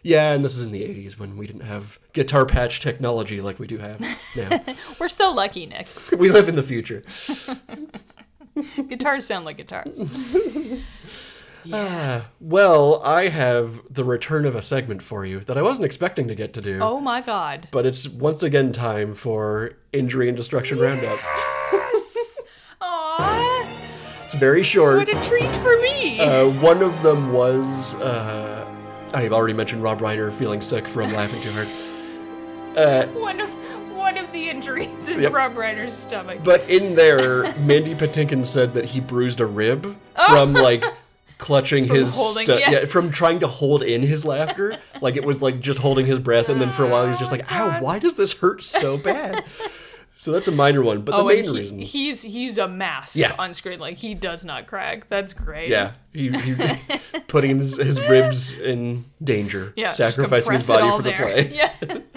[SPEAKER 1] Yeah, and this is in the 80s when we didn't have guitar patch technology like we do have now.
[SPEAKER 2] We're so lucky, Nick.
[SPEAKER 1] we live in the future.
[SPEAKER 2] guitars sound like guitars.
[SPEAKER 1] Well, I have the return of a segment for you that I wasn't expecting to get to do.
[SPEAKER 2] Oh my god.
[SPEAKER 1] But it's once again time for Injury and Destruction Roundup.
[SPEAKER 2] Aww.
[SPEAKER 1] It's very short.
[SPEAKER 2] What a treat for me.
[SPEAKER 1] Uh, one of them was. Uh, I've already mentioned Rob Reiner feeling sick from laughing too hard.
[SPEAKER 2] One of one of the injuries is
[SPEAKER 1] Yep.
[SPEAKER 2] Rob Reiner's stomach.
[SPEAKER 1] But in there, Mandy Patinkin said that he bruised a rib from like clutching his
[SPEAKER 2] Oh. holding-
[SPEAKER 1] stu-
[SPEAKER 2] yeah.
[SPEAKER 1] from trying to hold in his laughter. like it was like just holding his breath, and then for a while he's just like, "Ow, why does this hurt so bad?" so that's a minor one, but the
[SPEAKER 2] Oh, and
[SPEAKER 1] main
[SPEAKER 2] he-
[SPEAKER 1] reason,
[SPEAKER 2] he's he's a mass
[SPEAKER 1] Yeah.
[SPEAKER 2] on screen. Like he does not crack. That's great.
[SPEAKER 1] yeah, he, he putting his, his ribs in danger,
[SPEAKER 2] Yeah. just
[SPEAKER 1] sacrificing his
[SPEAKER 2] compress it
[SPEAKER 1] body
[SPEAKER 2] all
[SPEAKER 1] for
[SPEAKER 2] there.
[SPEAKER 1] the play.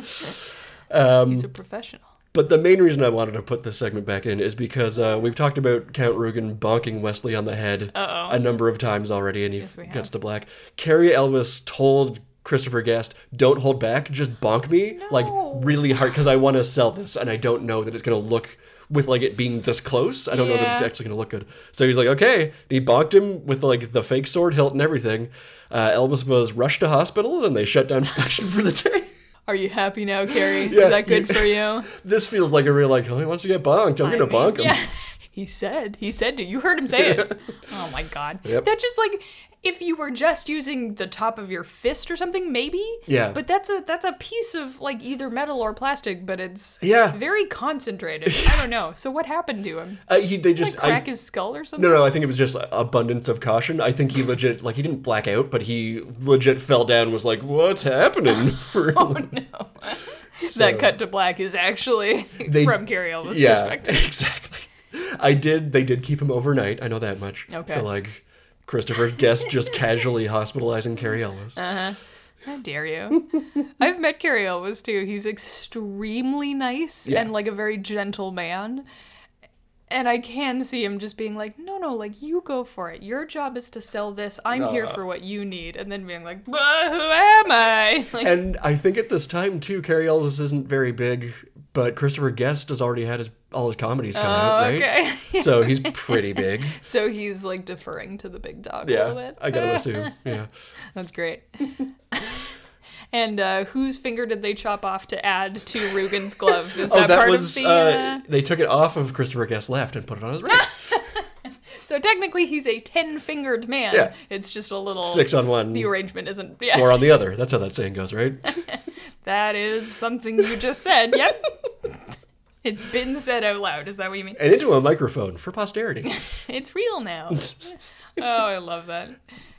[SPEAKER 1] Um,
[SPEAKER 2] Yeah. he's a professional.
[SPEAKER 1] But the main reason I wanted to put this segment back in is because uh, we've talked about Count Rugen bonking Wesley on the head a number of times already, and he
[SPEAKER 2] we have.
[SPEAKER 1] gets to black. Carrie Elvis told Christopher Guest, "Don't hold back, just bonk me like really hard because I want to sell this, and I don't know that it's gonna look." With like it being this close, I don't know that it's
[SPEAKER 2] Yeah.
[SPEAKER 1] actually gonna look good. So he's like, okay, and he bonked him with like the fake sword hilt and everything. Uh, Elvis was rushed to hospital, and they shut down production for the day.
[SPEAKER 2] Are you happy now, Carrie?
[SPEAKER 1] Yeah,
[SPEAKER 2] is that good
[SPEAKER 1] you-
[SPEAKER 2] for you?
[SPEAKER 1] this feels like a real like, oh, he wants to get bonked. I'm
[SPEAKER 2] I
[SPEAKER 1] gonna
[SPEAKER 2] mean,
[SPEAKER 1] bonk him.
[SPEAKER 2] yeah. He said. He said to you heard him say it. oh my god.
[SPEAKER 1] Yep.
[SPEAKER 2] That's just like if you were just using the top of your fist or something, maybe.
[SPEAKER 1] Yeah.
[SPEAKER 2] But that's a that's a piece of like either metal or plastic, but it's
[SPEAKER 1] Yeah.
[SPEAKER 2] very concentrated. I don't know. So what happened to him?
[SPEAKER 1] Uh, he, they just
[SPEAKER 2] crack
[SPEAKER 1] I,
[SPEAKER 2] his skull or something?
[SPEAKER 1] no, no. I think it was just abundance of caution. I think he legit like he didn't black out, but he legit fell down. and Was like, what's happening? oh no.
[SPEAKER 2] that cut to black is actually
[SPEAKER 1] They-
[SPEAKER 2] from Carrie Elvis'
[SPEAKER 1] yeah,
[SPEAKER 2] perspective.
[SPEAKER 1] exactly. I did. They did keep him overnight. I know that much.
[SPEAKER 2] Okay.
[SPEAKER 1] So like, Christopher Guest just casually hospitalizing Carrie Ellis.
[SPEAKER 2] Uh, How dare you? I've met Cary Elwes too. He's extremely nice
[SPEAKER 1] Yeah.
[SPEAKER 2] and like a very gentle man. And I can see him just being like, no, no, like you go for it. Your job is to sell this. I'm here
[SPEAKER 1] Uh.
[SPEAKER 2] for what you need. And then being like, but who am I? Like,
[SPEAKER 1] and I think at this time too, Carrie Ellis isn't very big, but Christopher Guest has already had his all his comedies come out, right?
[SPEAKER 2] Oh, okay.
[SPEAKER 1] so he's pretty big.
[SPEAKER 2] so he's like deferring to the big dog a little
[SPEAKER 1] Yeah,
[SPEAKER 2] bit.
[SPEAKER 1] I gotta assume. Yeah,
[SPEAKER 2] That's great. and uh, whose finger did they chop off to add to Rugen's glove?
[SPEAKER 1] Oh,
[SPEAKER 2] Is that, part of the. uh,
[SPEAKER 1] they took it off of Christopher Guest's left and put it on his right.
[SPEAKER 2] So technically, he's a ten-fingered man.
[SPEAKER 1] Yeah.
[SPEAKER 2] It's just a little
[SPEAKER 1] Six on one,
[SPEAKER 2] The arrangement isn't. Yeah,
[SPEAKER 1] four on the other. That's how that saying goes, right?
[SPEAKER 2] that is something you just said. Yep. it's been said out loud. Is that what you mean?
[SPEAKER 1] And into a microphone for posterity.
[SPEAKER 2] It's real now. oh, I love that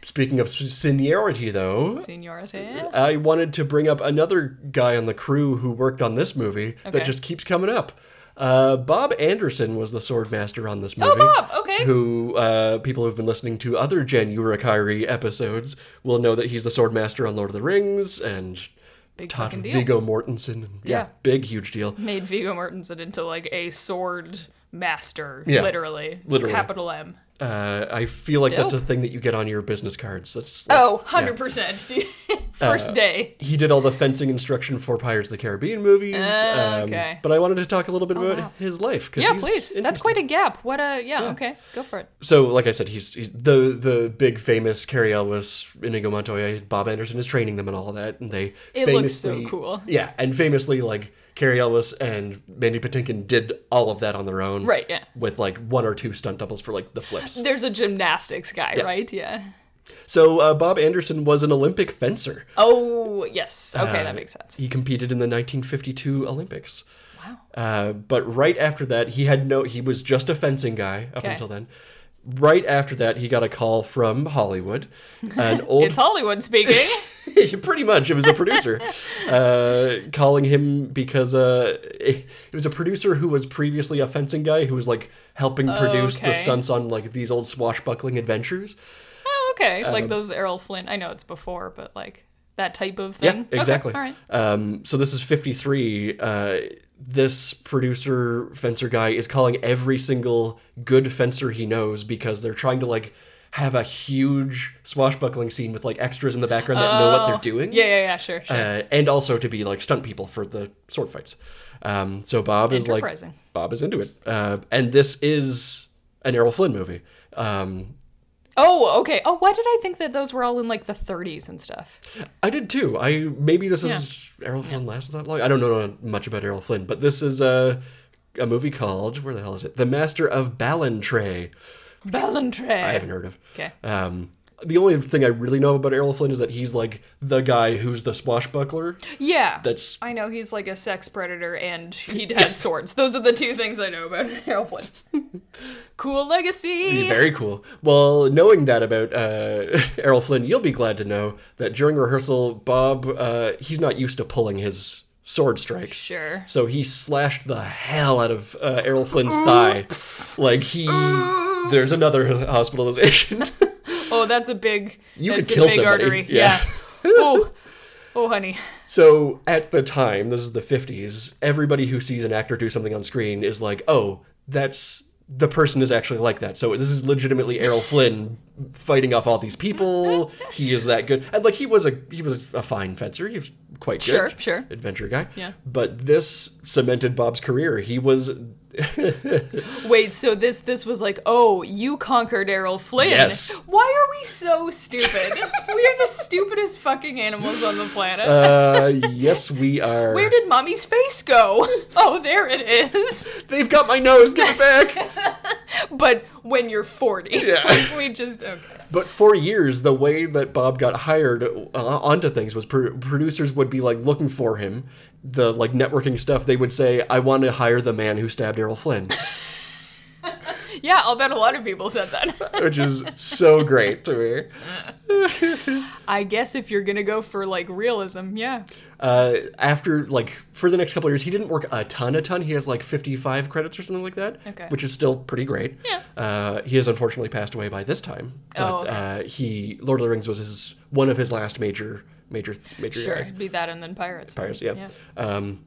[SPEAKER 1] Speaking of seniority, though,
[SPEAKER 2] seniority.
[SPEAKER 1] I wanted to bring up another guy on the crew who worked on this movie
[SPEAKER 2] Okay.
[SPEAKER 1] that just keeps coming up. Uh, Bob Anderson was the sword master on this movie.
[SPEAKER 2] Oh, Bob. Okay.
[SPEAKER 1] Who uh, people who've been listening to other Jen Urikari episodes will know that he's the sword master on Lord of the Rings and
[SPEAKER 2] Big
[SPEAKER 1] Todd
[SPEAKER 2] fucking deal.
[SPEAKER 1] Viggo Mortensen. Yeah,
[SPEAKER 2] Yeah.
[SPEAKER 1] big huge deal.
[SPEAKER 2] Made Viggo Mortensen into like a sword master,
[SPEAKER 1] Yeah.
[SPEAKER 2] literally,
[SPEAKER 1] Literally.
[SPEAKER 2] capital M.
[SPEAKER 1] Uh, I feel like that's a
[SPEAKER 2] Dope.
[SPEAKER 1] thing that you get on your business cards. That's like-
[SPEAKER 2] Oh, 100 percent.
[SPEAKER 1] Uh,
[SPEAKER 2] First day.
[SPEAKER 1] he did all the fencing instruction for Pirates of the Caribbean movies. um,
[SPEAKER 2] Oh, okay. Oh,
[SPEAKER 1] But I wanted to talk a little bit about
[SPEAKER 2] wow.
[SPEAKER 1] his life. 'cause
[SPEAKER 2] Yeah,
[SPEAKER 1] he's
[SPEAKER 2] please. That's
[SPEAKER 1] interesting.
[SPEAKER 2] quite a gap. What a yeah. Okay, go for it.
[SPEAKER 1] So, like I said, he's, he's the the big famous Carrie Ellis, Inigo Montoya, Bob Anderson is training them and all that, and they
[SPEAKER 2] It looks so
[SPEAKER 1] famously,
[SPEAKER 2] cool.
[SPEAKER 1] Yeah, and famously, like Carrie Ellis and Mandy Patinkin did all of that on their own,
[SPEAKER 2] Right, yeah.
[SPEAKER 1] with like one or two stunt doubles for like the flips.
[SPEAKER 2] There's a gymnastics guy, right? Yeah.
[SPEAKER 1] So uh, Bob Anderson was an Olympic fencer.
[SPEAKER 2] Oh, yes. Okay,
[SPEAKER 1] Uh,
[SPEAKER 2] that makes sense.
[SPEAKER 1] He competed in the 1952 Olympics. Wow. Uh, but right after that, he had no. He was just a fencing guy up
[SPEAKER 2] Okay.
[SPEAKER 1] until then. Right after that, he got a call from Hollywood, an old
[SPEAKER 2] It's Hollywood speaking.
[SPEAKER 1] pretty much it was a producer uh, calling him because uh, it was a producer who was previously a fencing guy who was like helping produce
[SPEAKER 2] Oh, Okay.
[SPEAKER 1] the stunts on like these old swashbuckling adventures.
[SPEAKER 2] oh, okay.
[SPEAKER 1] Um,
[SPEAKER 2] like those Errol Flynn. I know it's before, but like that type of
[SPEAKER 1] Yeah,
[SPEAKER 2] thing. Okay,
[SPEAKER 1] exactly.
[SPEAKER 2] all right.
[SPEAKER 1] um, so this is 53. Uh, this producer fencer guy is calling every single good fencer he knows because they're trying to like have a huge swashbuckling scene with like extras in the background that know what they're doing.
[SPEAKER 2] Oh. Yeah, yeah, yeah, sure. sure.
[SPEAKER 1] Uh, and also to be like stunt people for the sword fights. Um, so Bob is like
[SPEAKER 2] Enterprising.
[SPEAKER 1] Bob is into it, uh, and this is an Errol Flynn movie. Um,
[SPEAKER 2] oh, okay. Oh, why did I think that those were all in like the 30s and stuff?
[SPEAKER 1] I did too. I maybe this is Errol Flynn lasted that long. I don't know much about Errol Flynn, but this is a a movie called where the hell is it? The Master of Ballantrae.
[SPEAKER 2] Ballantrae.
[SPEAKER 1] I haven't heard of.
[SPEAKER 2] Okay.
[SPEAKER 1] Um, the only thing I really know about Errol Flynn is that he's like the guy who's the swashbuckler.
[SPEAKER 2] Yeah.
[SPEAKER 1] That's
[SPEAKER 2] I know he's like a sex predator and he has swords. Those are the two things I know about Errol Flynn. cool legacy.
[SPEAKER 1] Very cool. Well, knowing that about uh, Errol Flynn, you'll be glad to know that during rehearsal, Bob uh, he's not used to pulling his sword strikes.
[SPEAKER 2] Sure.
[SPEAKER 1] So he slashed the hell out of uh, Errol Flynn's thigh. Like he, there's another hospitalization.
[SPEAKER 2] Oh, that's a big.
[SPEAKER 1] You
[SPEAKER 2] that's
[SPEAKER 1] could kill
[SPEAKER 2] a big
[SPEAKER 1] somebody.
[SPEAKER 2] artery.
[SPEAKER 1] Yeah.
[SPEAKER 2] Yeah. oh, oh, honey.
[SPEAKER 1] so at the time, this is the 50s. Everybody who sees an actor do something on screen is like, oh, that's. The person is actually like that. So this is legitimately Errol Flynn fighting off all these people. He is that good. And like he was a he was a fine fencer. He was quite good.
[SPEAKER 2] Sure, sure.
[SPEAKER 1] Adventure guy.
[SPEAKER 2] Yeah.
[SPEAKER 1] But this cemented Bob's career. He was
[SPEAKER 2] Wait, so this this was like, oh, you conquered Errol Flynn.
[SPEAKER 1] Yes.
[SPEAKER 2] Why are we so stupid? we are the stupidest fucking animals on the planet.
[SPEAKER 1] uh yes we are.
[SPEAKER 2] Where did mommy's face go? Oh, there it is.
[SPEAKER 1] They've got my nose, give it back.
[SPEAKER 2] But when you're 40, yeah. we just okay.
[SPEAKER 1] but for years, the way that Bob got hired uh, onto things was pro- producers would be like looking for him. The like networking stuff, they would say, "I want to hire the man who stabbed Errol Flynn."
[SPEAKER 2] Yeah, I'll bet a lot of people said that.
[SPEAKER 1] which is so great to me.
[SPEAKER 2] I guess if you're gonna go for like realism, yeah.
[SPEAKER 1] Uh, after like for the next couple of years, he didn't work a ton, a ton. He has like 55 credits or something like that,
[SPEAKER 2] Okay.
[SPEAKER 1] which is still pretty great.
[SPEAKER 2] Yeah.
[SPEAKER 1] Uh, he has unfortunately passed away by this time. But,
[SPEAKER 2] Oh, okay.
[SPEAKER 1] uh, he Lord of the Rings was his one of his last major major major
[SPEAKER 2] Sure.
[SPEAKER 1] guys.
[SPEAKER 2] Be that and then pirates.
[SPEAKER 1] Pirates, yeah. Um,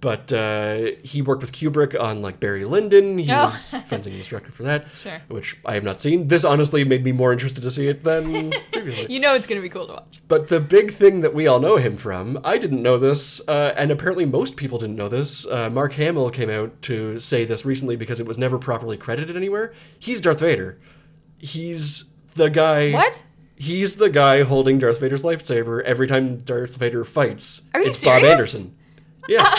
[SPEAKER 1] but uh, he worked with Kubrick on like Barry Lyndon. He
[SPEAKER 2] Oh.
[SPEAKER 1] was fencing instructor for that,
[SPEAKER 2] Sure.
[SPEAKER 1] which I have not seen. This honestly made me more interested to see it than previously.
[SPEAKER 2] You know it's gonna be cool to watch.
[SPEAKER 1] But the big thing that we all know him from, I didn't know this, uh, and apparently most people didn't know this. Uh, Mark Hamill came out to say this recently because it was never properly credited anywhere. He's Darth Vader. He's the guy.
[SPEAKER 2] What?
[SPEAKER 1] He's the guy holding Darth Vader's lightsaber every time Darth Vader fights.
[SPEAKER 2] Are you
[SPEAKER 1] it's Bob
[SPEAKER 2] serious? Oh,
[SPEAKER 1] Anderson. Yeah.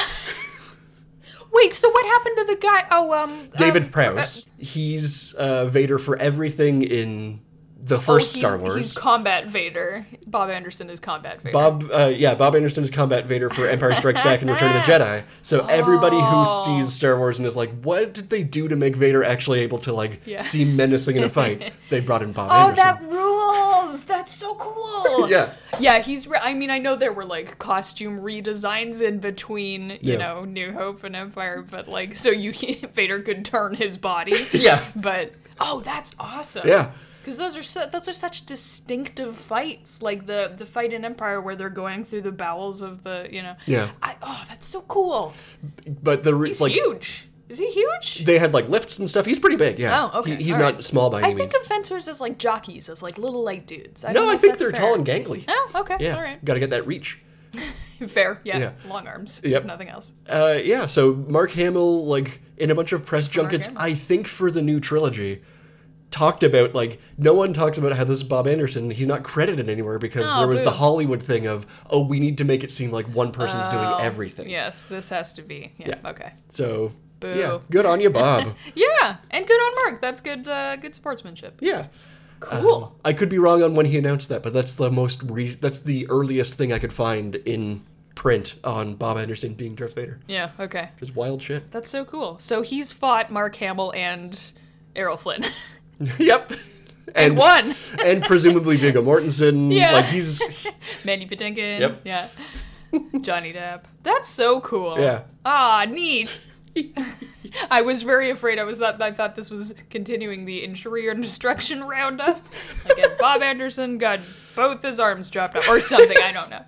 [SPEAKER 2] Wait, so what happened to the guy? Oh, um,
[SPEAKER 1] David
[SPEAKER 2] um,
[SPEAKER 1] Prowse. he's uh, Vader for everything in the
[SPEAKER 2] oh,
[SPEAKER 1] first
[SPEAKER 2] he's-
[SPEAKER 1] Star Wars.
[SPEAKER 2] He's combat Vader. Bob Anderson is combat Vader.
[SPEAKER 1] Bob, uh, yeah, Bob Anderson is Combat Vader for Empire Strikes Back and Return of the Jedi. So everybody who
[SPEAKER 2] Oh.
[SPEAKER 1] sees Star Wars and is like, "What did they do to make Vader actually able to like
[SPEAKER 2] Yeah.
[SPEAKER 1] seem menacing in a fight?" They brought in Bob
[SPEAKER 2] Oh,
[SPEAKER 1] Anderson.
[SPEAKER 2] that rules! That's so cool.
[SPEAKER 1] Yeah.
[SPEAKER 2] yeah. He's. Re- I mean, I know there were like costume redesigns in between, you
[SPEAKER 1] Yeah.
[SPEAKER 2] know, New Hope and Empire, but like, so you can Vader could turn his body.
[SPEAKER 1] Yeah.
[SPEAKER 2] But oh, that's awesome.
[SPEAKER 1] Yeah.
[SPEAKER 2] Because those are so, those are such distinctive fights, like the the fight in Empire where they're going through the bowels of the, you know.
[SPEAKER 1] Yeah.
[SPEAKER 2] I, oh, that's so cool.
[SPEAKER 1] But the re-
[SPEAKER 2] He's
[SPEAKER 1] like
[SPEAKER 2] huge. Is he huge?
[SPEAKER 1] they had like lifts and stuff. He's pretty big. Yeah.
[SPEAKER 2] Oh, okay,
[SPEAKER 1] He- he's
[SPEAKER 2] all
[SPEAKER 1] not
[SPEAKER 2] right.
[SPEAKER 1] small by
[SPEAKER 2] I
[SPEAKER 1] any
[SPEAKER 2] think
[SPEAKER 1] means.
[SPEAKER 2] of fencers as like jockeys, as like little light dudes. I don't
[SPEAKER 1] no,
[SPEAKER 2] know
[SPEAKER 1] I
[SPEAKER 2] if
[SPEAKER 1] think
[SPEAKER 2] that's
[SPEAKER 1] they're
[SPEAKER 2] fair.
[SPEAKER 1] tall and gangly.
[SPEAKER 2] Oh, okay.
[SPEAKER 1] yeah.
[SPEAKER 2] All right.
[SPEAKER 1] Got to get that reach.
[SPEAKER 2] Fair. Yeah.
[SPEAKER 1] Yeah.
[SPEAKER 2] Long arms.
[SPEAKER 1] Yep.
[SPEAKER 2] If nothing else.
[SPEAKER 1] Uh, yeah. So Mark Hamill, like in a bunch of press junkets,
[SPEAKER 2] Hamill.
[SPEAKER 1] I think for the new trilogy, talked about like no one talks about how this is Bob Anderson. He's not credited anywhere because
[SPEAKER 2] Oh,
[SPEAKER 1] there was the
[SPEAKER 2] boo.
[SPEAKER 1] Hollywood thing of oh we need to make it seem like one person's
[SPEAKER 2] Oh,
[SPEAKER 1] doing everything.
[SPEAKER 2] Yes, this has to be. Yeah.
[SPEAKER 1] Yeah.
[SPEAKER 2] Okay.
[SPEAKER 1] So
[SPEAKER 2] Boo.
[SPEAKER 1] yeah, good on you, Bob.
[SPEAKER 2] Yeah, and good on Mark. That's good. Uh, good sportsmanship.
[SPEAKER 1] yeah.
[SPEAKER 2] Cool.
[SPEAKER 1] Um, I could be wrong on when he announced that, but that's the most re- that's the earliest thing I could find in print on Bob Anderson being Darth Vader.
[SPEAKER 2] yeah. Okay.
[SPEAKER 1] Just wild shit.
[SPEAKER 2] That's so cool. So he's fought Mark Hamill and Errol Flynn.
[SPEAKER 1] yep.
[SPEAKER 2] and won.
[SPEAKER 1] and presumably Viggo Mortensen.
[SPEAKER 2] Yeah.
[SPEAKER 1] Like he's
[SPEAKER 2] Mandy Patinkin.
[SPEAKER 1] Yep.
[SPEAKER 2] Yeah. Johnny Depp. That's so cool.
[SPEAKER 1] Yeah.
[SPEAKER 2] Ah, neat. I was very afraid. I was that I thought this was continuing the injury and destruction roundup. Like if Bob Anderson got both his arms chopped off or something. I don't know.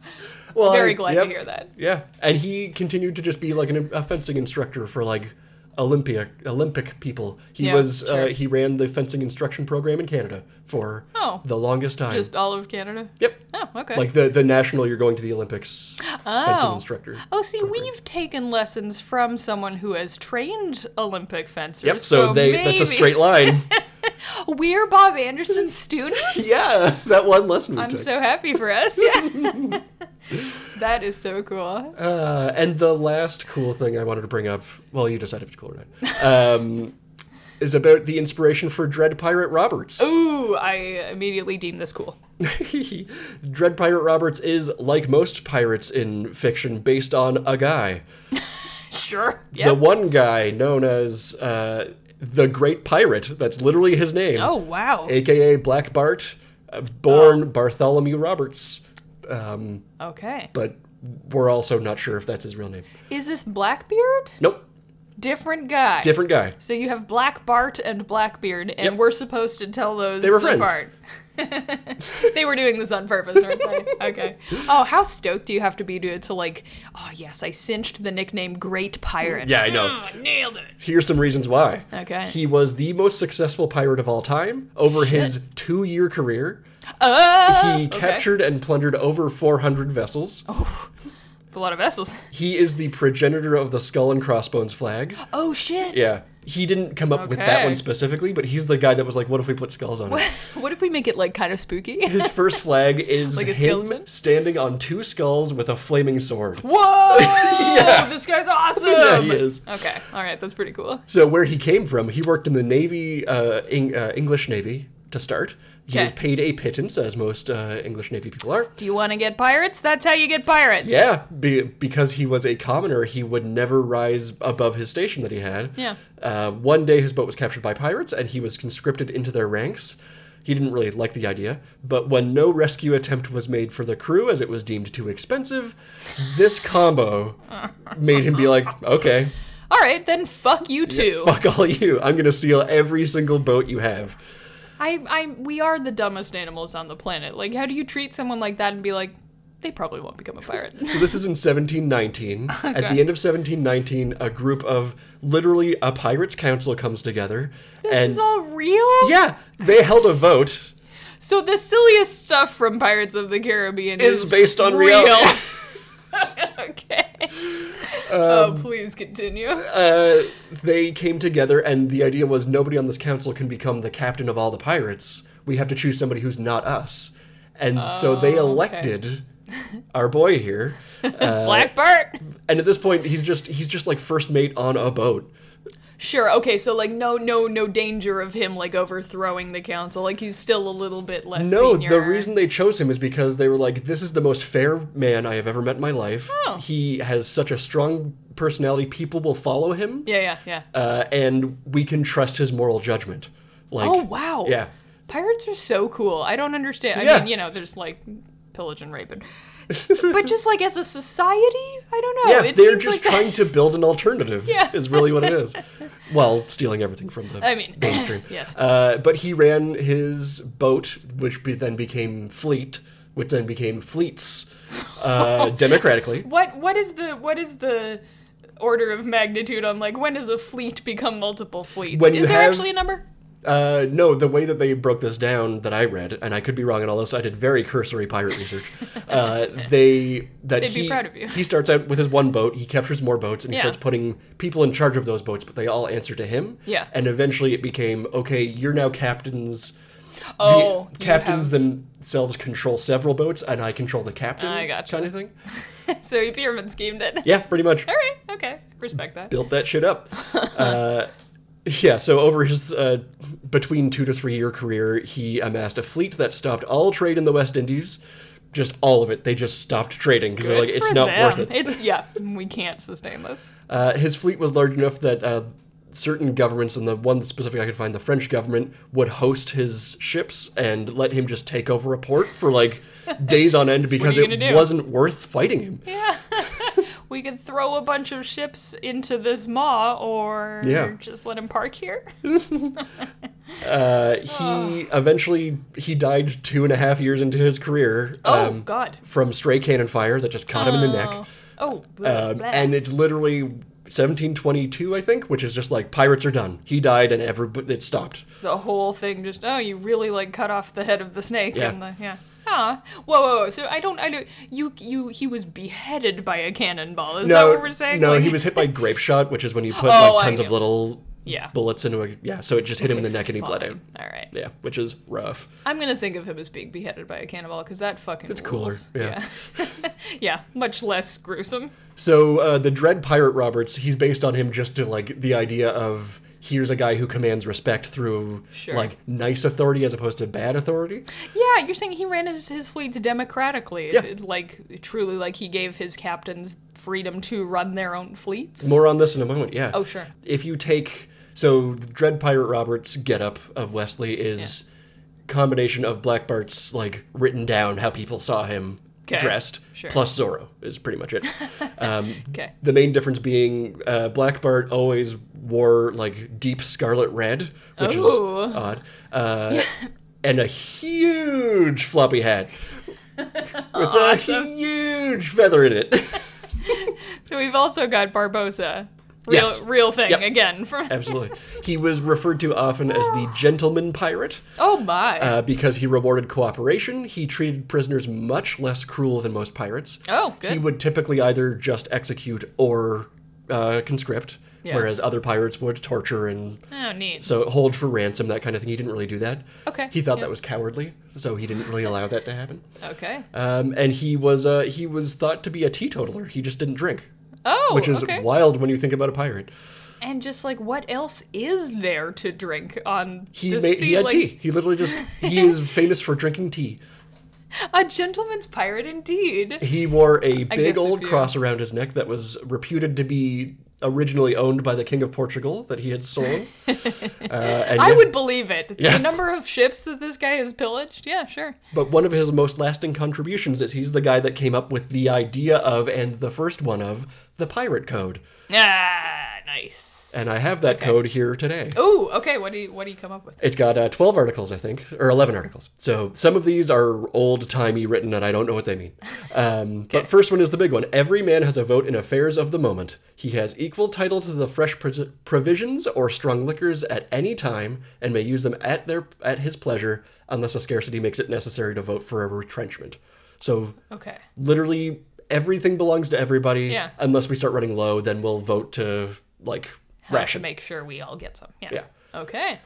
[SPEAKER 1] well,
[SPEAKER 2] Very
[SPEAKER 1] I-
[SPEAKER 2] glad
[SPEAKER 1] yep.
[SPEAKER 2] to hear that.
[SPEAKER 1] Yeah, and he continued to just be like an, a fencing instructor for like Olympia Olympic people. He
[SPEAKER 2] Yeah,
[SPEAKER 1] was uh,
[SPEAKER 2] sure.
[SPEAKER 1] he ran the fencing instruction program in Canada for
[SPEAKER 2] Oh.
[SPEAKER 1] the longest time.
[SPEAKER 2] Just all of Canada.
[SPEAKER 1] yep.
[SPEAKER 2] Oh, okay.
[SPEAKER 1] Like the the national you're going to the Olympics fencing
[SPEAKER 2] Oh.
[SPEAKER 1] instructor.
[SPEAKER 2] Oh, see, we've taken lessons from someone who has trained Olympic fencers.
[SPEAKER 1] Yep, so, they that's a
[SPEAKER 2] maybe
[SPEAKER 1] straight line.
[SPEAKER 2] We're Bob Anderson's students.
[SPEAKER 1] yeah, that one lesson we
[SPEAKER 2] I'm
[SPEAKER 1] took.
[SPEAKER 2] so happy for us. Yeah. that is so cool.
[SPEAKER 1] Uh, and the last cool thing I wanted to bring up, well, you decide if it's cool or not, um, is about the inspiration for Dread Pirate Roberts.
[SPEAKER 2] Ooh, I immediately deem this cool.
[SPEAKER 1] Dread Pirate Roberts is, like most pirates in fiction, based on a guy.
[SPEAKER 2] Sure.
[SPEAKER 1] The
[SPEAKER 2] Yep.
[SPEAKER 1] one guy known as uh, the Great Pirate. That's literally his name.
[SPEAKER 2] oh, wow.
[SPEAKER 1] AKA Black Bart, uh, born Bartholomew Roberts. Um,
[SPEAKER 2] okay.
[SPEAKER 1] but we're also not sure if that's his real name.
[SPEAKER 2] Is this Blackbeard?
[SPEAKER 1] Nope.
[SPEAKER 2] Different guy.
[SPEAKER 1] Different guy.
[SPEAKER 2] So you have Black Bart and Blackbeard, and
[SPEAKER 1] Yep.
[SPEAKER 2] we're supposed to tell those
[SPEAKER 1] They were friends.
[SPEAKER 2] apart. they were doing this on purpose, weren't they? Okay. Oh, how stoked do you have to be to, to like, oh yes, I cinched the nickname Great Pirate.
[SPEAKER 1] Yeah, I know.
[SPEAKER 2] Mm, nailed it.
[SPEAKER 1] Here's some reasons why.
[SPEAKER 2] Okay.
[SPEAKER 1] He was the most successful pirate of all time over his two year career.
[SPEAKER 2] Oh,
[SPEAKER 1] He
[SPEAKER 2] okay. Oh.
[SPEAKER 1] captured and plundered over 400 vessels.
[SPEAKER 2] It's a lot of vessels.
[SPEAKER 1] He is the progenitor of the skull and crossbones flag.
[SPEAKER 2] Oh shit.
[SPEAKER 1] Yeah. He didn't come up with that
[SPEAKER 2] Okay.
[SPEAKER 1] one specifically, but he's the guy that was like, what if we put skulls on it?
[SPEAKER 2] What if we make it like kind of spooky?
[SPEAKER 1] His first flag is
[SPEAKER 2] Like a
[SPEAKER 1] him
[SPEAKER 2] skeleton?
[SPEAKER 1] standing on two skulls with a flaming sword.
[SPEAKER 2] Whoa! Oh, This guy's awesome.
[SPEAKER 1] Yeah, he is.
[SPEAKER 2] Okay. All right. That's pretty cool.
[SPEAKER 1] So where he came from, he worked in the Navy, uh, Eng- uh, English Navy, to start. He was
[SPEAKER 2] Okay.
[SPEAKER 1] paid a pittance, as most uh, English Navy people are.
[SPEAKER 2] Do you want to get pirates? That's how you get pirates.
[SPEAKER 1] Yeah, be, because he was a commoner, he would never rise above his station that he had.
[SPEAKER 2] Yeah.
[SPEAKER 1] Uh, one day, his boat was captured by pirates, and he was conscripted into their ranks. He didn't really like the idea, but when no rescue attempt was made for the crew, as it was deemed too expensive, this combo made him be like, "Okay,
[SPEAKER 2] All right, then fuck you too.
[SPEAKER 1] fuck all you. I'm gonna steal every single boat you have."
[SPEAKER 2] I, I, we are the dumbest animals on the planet. Like, how do you treat someone like that and be like, they probably won't become a pirate?
[SPEAKER 1] So this is in 1719. At the end of 1719, a group of literally a pirates' council comes together, and
[SPEAKER 2] this is all real.
[SPEAKER 1] Yeah, they held a vote.
[SPEAKER 2] So the silliest stuff from Pirates of the Caribbean
[SPEAKER 1] Is
[SPEAKER 2] is,
[SPEAKER 1] based on
[SPEAKER 2] real.
[SPEAKER 1] reality.
[SPEAKER 2] okay. oh, please continue.
[SPEAKER 1] Um, Uh, they came together, and the idea was nobody on this council can become the captain of all the pirates. We have to choose somebody who's not us. And so they
[SPEAKER 2] Oh,
[SPEAKER 1] elected our boy here.
[SPEAKER 2] Black Bart.
[SPEAKER 1] And at this point, he's just he's just like first mate on a boat.
[SPEAKER 2] Sure. Okay. So like, no, no, no danger of him like overthrowing the council. Like he's still a little bit less.
[SPEAKER 1] No,
[SPEAKER 2] senior.
[SPEAKER 1] the reason they chose him is because they were like, this is the most fair man I have ever met in my life.
[SPEAKER 2] Oh.
[SPEAKER 1] He has such a strong personality; people will follow him,
[SPEAKER 2] Yeah, yeah, yeah.
[SPEAKER 1] uh, and we can trust his moral judgment. Like,
[SPEAKER 2] oh wow.
[SPEAKER 1] yeah.
[SPEAKER 2] Pirates are so cool. I don't understand. I
[SPEAKER 1] Yeah.
[SPEAKER 2] mean, you know, there's like pillage and rape, and, but just like as a society, I don't know.
[SPEAKER 1] Yeah,
[SPEAKER 2] it
[SPEAKER 1] they're
[SPEAKER 2] seems
[SPEAKER 1] just
[SPEAKER 2] like that-
[SPEAKER 1] trying to build an alternative.
[SPEAKER 2] Yeah.
[SPEAKER 1] is really what it is. While stealing everything from the
[SPEAKER 2] I mean,
[SPEAKER 1] mainstream.
[SPEAKER 2] yes.
[SPEAKER 1] Uh, but he ran his boat, which be, then became Fleet, which then became Fleets,
[SPEAKER 2] Oh.
[SPEAKER 1] uh, democratically.
[SPEAKER 2] What what is the what is the order of magnitude on like when does a fleet become multiple fleets?
[SPEAKER 1] When you
[SPEAKER 2] is there
[SPEAKER 1] have-
[SPEAKER 2] actually a number?
[SPEAKER 1] Uh, no, the way that they broke this down that I read, and I could be wrong on all this. I did very cursory pirate research. Uh, they that
[SPEAKER 2] They'd be
[SPEAKER 1] he
[SPEAKER 2] proud of you.
[SPEAKER 1] he starts out with his one boat. He captures more boats, and he
[SPEAKER 2] Yeah.
[SPEAKER 1] starts putting people in charge of those boats, but they all answer to him.
[SPEAKER 2] Yeah.
[SPEAKER 1] and eventually it became okay. You're now captains.
[SPEAKER 2] Oh,
[SPEAKER 1] the
[SPEAKER 2] you
[SPEAKER 1] captains
[SPEAKER 2] have-
[SPEAKER 1] themselves control several boats, and I control the captain.
[SPEAKER 2] I gotcha.
[SPEAKER 1] Kind of thing.
[SPEAKER 2] So you pyramid schemed it.
[SPEAKER 1] Yeah, pretty much.
[SPEAKER 2] All right. Okay. Respect that.
[SPEAKER 1] built that shit up. uh, yeah, so over his uh, between two to three year career, he amassed a fleet that stopped all trade in the West Indies. Just all of it. They just stopped trading because they're
[SPEAKER 2] Good
[SPEAKER 1] like, it's
[SPEAKER 2] for
[SPEAKER 1] not
[SPEAKER 2] them.
[SPEAKER 1] worth it.
[SPEAKER 2] It's yeah. We can't sustain this.
[SPEAKER 1] Uh, his fleet was large enough that uh, certain governments, and the one specific I could find, the French government, would host his ships and let him just take over a port for like days on end because
[SPEAKER 2] you
[SPEAKER 1] it
[SPEAKER 2] gonna do?
[SPEAKER 1] wasn't worth fighting him.
[SPEAKER 2] We could throw a bunch of ships into this maw, or
[SPEAKER 1] Yeah.
[SPEAKER 2] just let him park here.
[SPEAKER 1] Uh, he eventually he died two and a half years into his career
[SPEAKER 2] Oh
[SPEAKER 1] um,
[SPEAKER 2] God.
[SPEAKER 1] from stray cannon fire that just caught him in the neck
[SPEAKER 2] Oh.
[SPEAKER 1] um, and it's literally 1722 i think which is just like pirates are done he died and ever it stopped
[SPEAKER 2] the whole thing just oh you really like cut off the head of the snake
[SPEAKER 1] Yeah.
[SPEAKER 2] and the yeah Huh. Whoa, whoa, whoa! So I don't, I don't. You, you. He was beheaded by a cannonball. Is that what we're saying?
[SPEAKER 1] no
[SPEAKER 2] Like-
[SPEAKER 1] he was hit by grape shot which is when you put
[SPEAKER 2] Oh,
[SPEAKER 1] like
[SPEAKER 2] I
[SPEAKER 1] tons of
[SPEAKER 2] know.
[SPEAKER 1] little
[SPEAKER 2] Yeah.
[SPEAKER 1] bullets into a yeah so it just hit him in the neck and he bled out
[SPEAKER 2] Fine. All right.
[SPEAKER 1] yeah which is rough
[SPEAKER 2] I'm gonna think of him as being beheaded by a cannonball because that fucking.
[SPEAKER 1] it's cooler
[SPEAKER 2] rules.
[SPEAKER 1] yeah.
[SPEAKER 2] Yeah. Yeah, Much less gruesome.
[SPEAKER 1] So uh, the Dread Pirate Roberts, he's based on him just to like the idea of here's a guy who commands respect through
[SPEAKER 2] Sure.
[SPEAKER 1] like nice authority as opposed to bad authority.
[SPEAKER 2] Yeah, you're saying he ran his his fleets democratically.
[SPEAKER 1] Yeah.
[SPEAKER 2] Like truly, like he gave his captains freedom to run their own fleets.
[SPEAKER 1] More on this in a moment, yeah.
[SPEAKER 2] Oh, sure.
[SPEAKER 1] If you take so the Dread Pirate Roberts' getup of Wesley is combination of Black Bart's like written down how people saw him
[SPEAKER 2] 'Kay.
[SPEAKER 1] dressed
[SPEAKER 2] Sure.
[SPEAKER 1] plus Zorro is pretty much it.
[SPEAKER 2] Okay.
[SPEAKER 1] the main difference being uh, Black Bart always wore like deep scarlet red, which
[SPEAKER 2] Oh.
[SPEAKER 1] is odd, uh, and a huge floppy hat with a huge feather in it.
[SPEAKER 2] So we've also got Barbosa. Real,
[SPEAKER 1] Yes.
[SPEAKER 2] real thing
[SPEAKER 1] Yep.
[SPEAKER 2] again from
[SPEAKER 1] Absolutely, he was referred to often as the gentleman pirate
[SPEAKER 2] Oh my.
[SPEAKER 1] uh, because he rewarded cooperation. He treated prisoners much less cruel than most pirates.
[SPEAKER 2] oh,
[SPEAKER 1] he
[SPEAKER 2] good.
[SPEAKER 1] would typically either just execute or uh, conscript,
[SPEAKER 2] Yeah.
[SPEAKER 1] whereas other pirates would torture and
[SPEAKER 2] oh, neat.
[SPEAKER 1] So hold for ransom, that kind of thing. He didn't really do that.
[SPEAKER 2] Okay,
[SPEAKER 1] He thought
[SPEAKER 2] yeah.
[SPEAKER 1] that was cowardly, so he didn't really allow that to happen.
[SPEAKER 2] okay.
[SPEAKER 1] Um, and he was uh, he was thought to be a teetotaler. He just didn't drink,
[SPEAKER 2] oh,
[SPEAKER 1] which is
[SPEAKER 2] okay.
[SPEAKER 1] wild when you think about a pirate.
[SPEAKER 2] And just like, what else is there to drink on
[SPEAKER 1] He
[SPEAKER 2] this
[SPEAKER 1] made
[SPEAKER 2] sea?
[SPEAKER 1] he had
[SPEAKER 2] like,
[SPEAKER 1] tea. He literally just he is famous for drinking tea.
[SPEAKER 2] A gentleman's pirate indeed.
[SPEAKER 1] He wore a
[SPEAKER 2] guess
[SPEAKER 1] big
[SPEAKER 2] if
[SPEAKER 1] old
[SPEAKER 2] you-
[SPEAKER 1] cross around his neck that was reputed to be originally owned by the king of Portugal that he had stolen. uh, and
[SPEAKER 2] I
[SPEAKER 1] yet-
[SPEAKER 2] would believe it.
[SPEAKER 1] Yeah.
[SPEAKER 2] The number of ships that this guy has pillaged. Yeah, sure.
[SPEAKER 1] But one of his most lasting contributions is he's the guy that came up with the idea of, and the first one of, the pirate code.
[SPEAKER 2] Ah, nice.
[SPEAKER 1] And I have that code here today.
[SPEAKER 2] Ooh, okay. What do you what do you come up with?
[SPEAKER 1] It's got uh, 12 articles, I think, or 11 articles. So some of these are old timey written, and I don't know what they mean. Um, But first one is the big one. Every man has a vote in affairs of the moment. He has equal title to the fresh pres- provisions or strong liquors at any time, and may use them at their at his pleasure, unless a scarcity makes it necessary to vote for a retrenchment. So
[SPEAKER 2] Okay.
[SPEAKER 1] literally everything belongs to everybody.
[SPEAKER 2] Yeah.
[SPEAKER 1] Unless we start running low, then we'll vote to like
[SPEAKER 2] To
[SPEAKER 1] ration.
[SPEAKER 2] make sure we all get some. Yeah.
[SPEAKER 1] Yeah.
[SPEAKER 2] Okay.